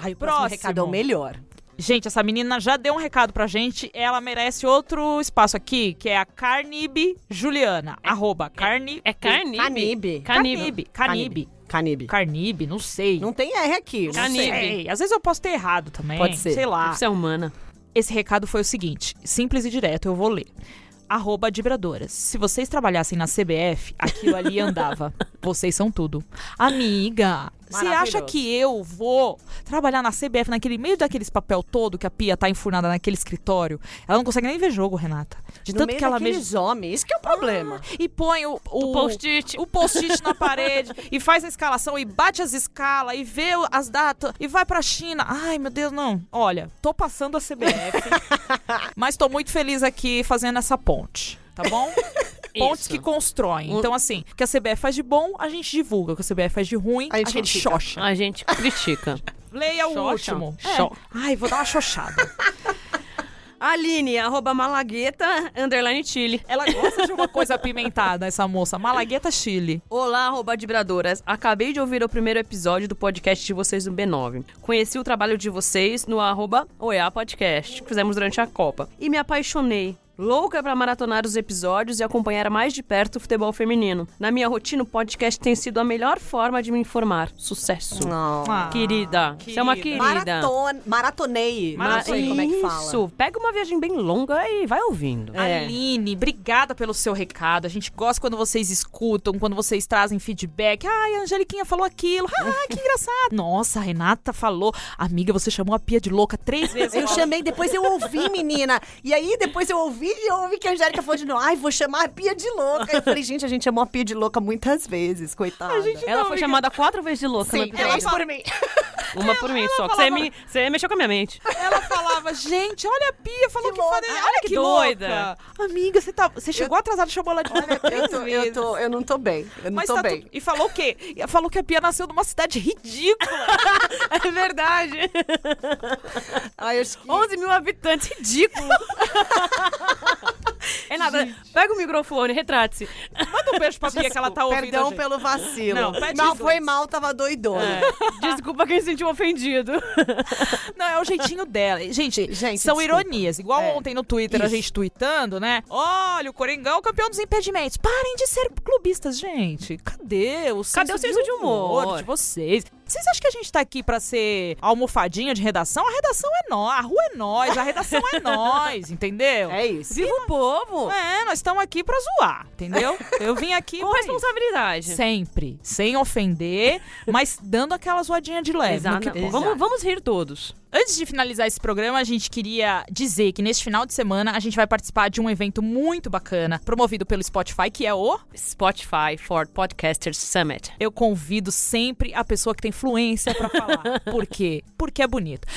S4: Ai,
S2: Próximo.
S4: o próximo recado é o melhor.
S2: Gente, essa menina já deu um recado pra gente. Ela merece outro espaço aqui, que é a Carnib Juliana. arroba Carni...
S3: É carne? Canibe.
S4: Canibe.
S2: Carnib. Carnib.
S4: Canibe.
S2: Carnib, não sei.
S4: Não tem R aqui. né? Não
S3: Canibe.
S4: sei.
S2: sei. Às vezes eu posso ter errado também.
S4: Pode ser.
S2: Sei lá.
S3: Você é humana.
S2: Esse recado foi o seguinte, simples e direto, eu vou ler. arroba Dibradoras. Se vocês trabalhassem na CBF, aquilo
S4: <laughs>
S2: ali andava. Vocês são tudo. Amiga, você acha
S4: Maravilhoso.
S2: que eu vou trabalhar na CBF naquele meio daqueles papel todo que a Pia tá enfurnada naquele escritório? Ela não consegue nem ver jogo, Renata. De
S4: no
S2: tanto
S4: meio
S2: que ela
S4: daqueles
S2: mesma
S4: homens, isso que é o problema.
S2: e põe o, o
S3: O post-it.
S2: o post-it na <laughs> parede e faz a escalação e bate as escalas e vê o- as datas e vai pra China. Ai, meu Deus, não. Olha, tô passando a <laughs> CBF, mas tô muito feliz aqui fazendo essa ponte, tá <laughs> bom? Pontes
S3: Isso.
S2: que constroem. Então, assim, o que a CBF faz de bom, a gente divulga. O que a CBF faz de ruim, a
S4: A gente
S2: gente,
S4: critica.
S2: xoxa.
S3: A gente critica.
S2: Leia o
S3: Xoxa?
S2: último. É.
S3: Xo-
S2: Ai, vou dar uma xoxada.
S3: Aline, arroba malagueta, underline Chile.
S2: <laughs> Ela gosta de uma coisa apimentada, essa moça. Malagueta Chile.
S3: Olá, arroba Dibradoras. Acabei de ouvir o primeiro episódio do podcast de vocês do B9. Conheci o trabalho de vocês no arroba OEA Podcast, que fizemos durante a Copa. E me apaixonei. Louca pra maratonar os episódios e acompanhar mais de perto o futebol feminino. Na minha rotina, o podcast tem sido a melhor forma de me informar. Sucesso.
S4: Não.
S2: Ah,
S3: Querida, você é uma
S2: querida.
S3: querida.
S4: Maraton, maratonei.
S2: Mara-
S4: Não sei como é que fala.
S3: Isso, pega uma viagem bem longa e vai ouvindo.
S4: É.
S2: Aline, obrigada pelo seu recado. A gente gosta quando vocês escutam, quando vocês trazem feedback. Ai, a Angeliquinha falou aquilo.
S4: <laughs>
S2: Ah, que engraçado. Nossa, a Renata falou. Amiga, você chamou a pia de louca
S4: <laughs>
S2: três vezes.
S4: Eu chamei, depois eu ouvi, menina. E aí, depois eu ouvi e eu ouvi que a Angélica falou de novo. Ai, vou chamar a Pia de louca. Eu falei, gente, a gente chamou a Pia de louca muitas vezes, coitada.
S2: <laughs>
S3: Ela foi chamada quatro vezes de louca no
S4: Sim,
S3: episódio.
S4: três por mim.
S3: Uma por mim só. que Você, me, você mexeu com a minha mente.
S2: Ela falava, gente, olha a pia, falou que,
S4: Que louca.
S2: faria- Olha que,
S3: que doida.
S2: louca. Amiga, você, tá, você chegou atrasada, chamou ela de louca
S4: Eu,
S2: três
S4: tô,
S2: vezes.
S4: eu, tô, eu não tô bem. Eu não
S2: Mas
S4: tô
S2: tá
S4: bem.
S2: tudo- E falou o quê? Falou que a Pia nasceu numa cidade
S4: <laughs>
S2: ridícula.
S3: É verdade.
S4: Ai, eu acho que...
S3: 11 mil habitantes, ridículo. Renata, É pega o microfone, retrate-se.
S2: Manda um beijo pra Pia que ela tá ouvindo. a
S4: Perdão
S2: gente.
S4: pelo vacilo.
S2: Não, pede É.
S4: mal,
S2: desculpa.
S4: foi mal, tava doidona.
S3: Desculpa quem se sentiu ofendido.
S2: Não, é o jeitinho dela. Gente,
S4: Gente,
S2: são
S4: desculpa.
S2: ironias. Igual
S4: É.
S2: ontem no Twitter, a
S4: Isso.
S2: gente tweetando, né? Olha, o Coringão é o campeão dos impedimentos. Parem de ser clubistas, gente. Cadê o senso,
S3: Cadê o senso de humor?
S2: de vocês? Vocês acham que a gente tá aqui pra ser almofadinha de redação? A redação é nós, a rua é nós, a redação é nós, entendeu?
S4: É, isso.
S3: Viva o povo!
S2: É, nós estamos aqui pra zoar, entendeu? Eu vim aqui
S3: Então. Com
S2: pra isso.
S3: responsabilidade.
S2: Sempre, sem ofender, mas dando aquela zoadinha de leve. no que
S3: Exato.
S2: pode.
S3: Vamos, vamos rir todos.
S2: Antes de finalizar esse programa, a gente queria dizer que neste final de semana a gente vai participar de um evento muito bacana, promovido pelo Spotify, que é o
S3: Spotify for Podcasters Summit.
S2: Eu convido sempre a pessoa que tem fluência pra falar. Por quê? Porque é bonito.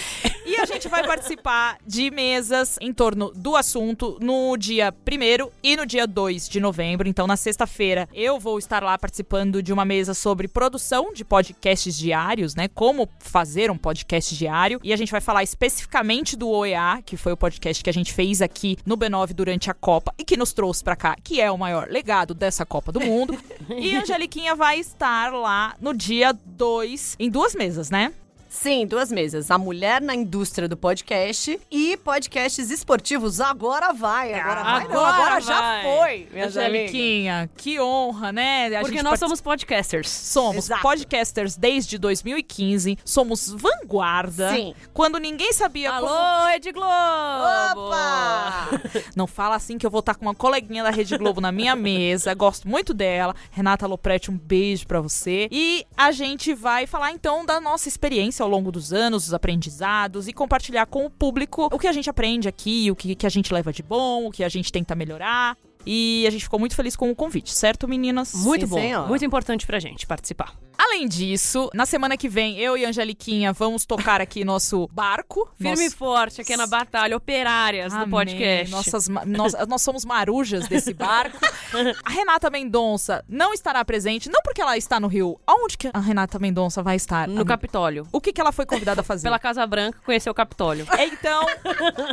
S2: E a gente vai participar de mesas em torno do assunto no dia 1 e no dia 2 de novembro. Então, na sexta-feira, eu vou estar lá participando de uma mesa sobre produção de podcasts diários, né? Como fazer um podcast diário. E a gente vai falar especificamente do OEA, que foi o podcast que a gente fez aqui no B9 durante a Copa e que nos trouxe pra cá, que é o maior legado dessa Copa do
S3: <laughs>
S2: Mundo. E a Angeliquinha vai estar lá no dia 2, em duas mesas, né?
S4: Sim, duas mesas. A mulher na indústria do podcast e podcasts esportivos. Agora vai. Agora
S2: Ah,
S4: vai. não,
S3: agora
S4: agora já
S3: vai.
S4: foi. minhas amigas.
S2: Angeliquinha, que honra, né? A
S3: Porque
S2: gente
S3: nós
S2: participou-
S3: somos podcasters.
S2: Somos
S4: Exato.
S2: podcasters desde 2015, somos vanguarda.
S4: Sim.
S2: Quando ninguém sabia como-
S3: Alô, Ed Globo!
S4: Opa!
S2: Não fala assim que eu vou estar com uma coleguinha da Rede Globo na minha mesa. Gosto muito dela. Renata Lopretti, um beijo pra você. E a gente vai falar então da nossa experiência ao longo dos anos, dos aprendizados e compartilhar com o público o que a gente aprende aqui, o que, que a gente leva de bom, o que a gente tenta melhorar. E a gente ficou muito feliz com o convite, certo, meninas?
S3: Muito
S4: Sim,
S3: bom,
S4: senhora.
S3: muito importante pra gente participar.
S2: Além disso, na semana que vem, eu e a Angeliquinha vamos tocar aqui nosso barco.
S3: Firme e
S2: nosso...
S3: forte aqui na batalha, operárias do
S2: Amém.
S3: podcast.
S2: Nossas, ma- nós, <laughs> nós somos marujas desse barco. A Renata Mendonça não estará presente, não porque ela está no Rio. Aonde que a Renata Mendonça vai estar?
S3: No
S2: amiga?
S3: Capitólio.
S2: O que, que ela foi convidada a fazer?
S3: Pela Casa Branca, conhecer o <laughs> Capitólio.
S2: <laughs> Então,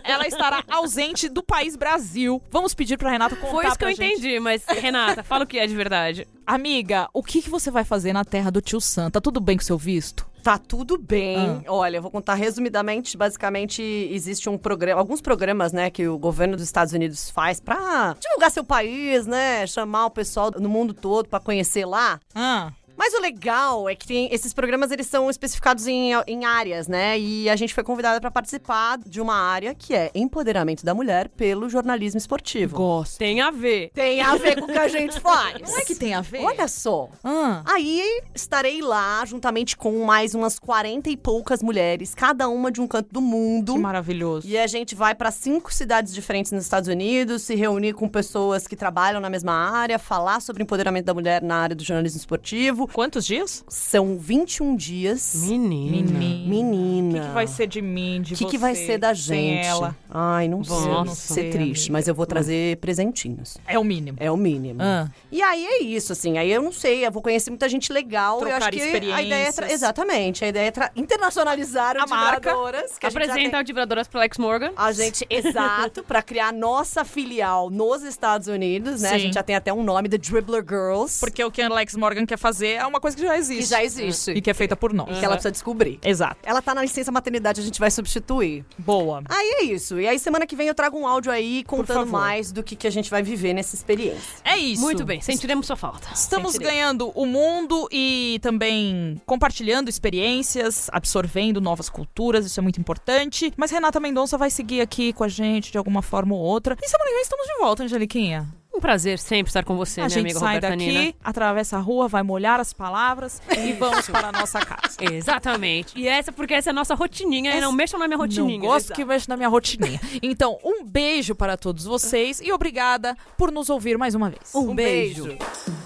S2: ela estará ausente do país Brasil. Vamos pedir pra Renata contar
S3: Foi isso que eu
S2: pra gente.
S3: entendi, mas Renata, fala o que é de verdade.
S2: Amiga, o que, que você vai fazer na terra do tio Sam? Tá tudo bem com seu visto?
S4: Tá tudo bem. Olha, eu vou contar resumidamente. Basicamente, existe um programa, alguns programas, né, que o governo dos Estados Unidos faz pra divulgar seu país, né, chamar o pessoal no mundo todo pra conhecer lá.
S2: Ah,
S4: Mas o legal é que tem- esses programas eles são especificados em, em áreas, né? E a gente foi convidada pra participar de uma área que é empoderamento da mulher pelo jornalismo esportivo.
S2: Gosto.
S3: Tem a ver.
S4: Tem a ver com o que a gente faz.
S2: Não é que tem a ver?
S4: Olha só.
S2: Ah,
S4: Aí estarei lá juntamente com mais umas 40 e poucas mulheres, cada uma de um canto do mundo.
S2: que maravilhoso.
S4: E a gente vai para cinco cidades diferentes nos Estados Unidos, se reunir com pessoas que trabalham na mesma área, falar sobre empoderamento da mulher na área do jornalismo esportivo.
S2: Quantos dias?
S4: São 21 dias.
S3: Menina.
S2: O que,
S4: Menina.
S2: que vai ser de mim, de
S4: O que,
S2: você?
S4: que vai ser da
S2: sem
S4: gente?
S2: ela?
S4: Ai, não
S3: Nossa,
S4: sei.
S3: não
S4: Vai
S2: sei,
S4: ser triste,
S2: amiga.
S4: mas eu vou trazer presentinhos.
S2: É o mínimo.
S4: É o mínimo.
S2: Ah,
S4: E aí é isso, assim. Aí eu não sei, eu vou conhecer muita gente legal. eu
S2: Trocar
S4: acho que a ideia é
S2: experiências.
S4: tra- Exatamente. A ideia é tra- internacionalizar
S2: A
S4: o
S2: marca.
S4: Divulgadoras, que a gente já tem-
S3: Apresenta o Vibradoras pro Alex Morgan.
S4: A gente, exato, pra criar nossa filial nos Estados Unidos, né? A
S2: Sim.
S4: gente já tem até um nome, The Dribbler Girls,
S2: porque o que a Alex Morgan quer fazer é uma coisa que já
S4: que
S2: existe.
S4: já existe.
S2: E que é feita por nós.
S4: que ela precisa descobrir.
S2: Exato.
S4: Ela tá na licença maternidade, a gente vai substituir.
S2: Boa.
S4: Aí é isso. E aí semana que vem eu trago um áudio aí contando
S2: favor.
S4: mais do que, que a gente vai viver nessa experiência.
S2: É isso.
S3: Muito bem, sentiremos sua falta.
S2: Estamos
S4: Sentirei.
S2: ganhando o mundo e também compartilhando experiências, absorvendo novas culturas, isso é muito importante. Mas Renata Mendonça vai seguir aqui com a gente de alguma forma ou outra. E semana que vem estamos de volta, Angeliquinha.
S3: Um prazer sempre estar com você, né,
S2: a
S3: minha
S2: gente
S3: amiga
S2: sai
S3: Roberta
S2: daqui,
S3: Nina.
S2: atravessa a rua, vai molhar as palavras e vamos para a nossa casa.
S3: Exatamente. E essa, porque essa é a nossa rotininha. e
S2: Essa-
S3: Não mexam na minha rotininha.
S2: Não gosto que mexe na minha rotininha. Então, um beijo para todos vocês e obrigada por nos ouvir mais uma vez.
S3: Um beijo.
S4: beijo.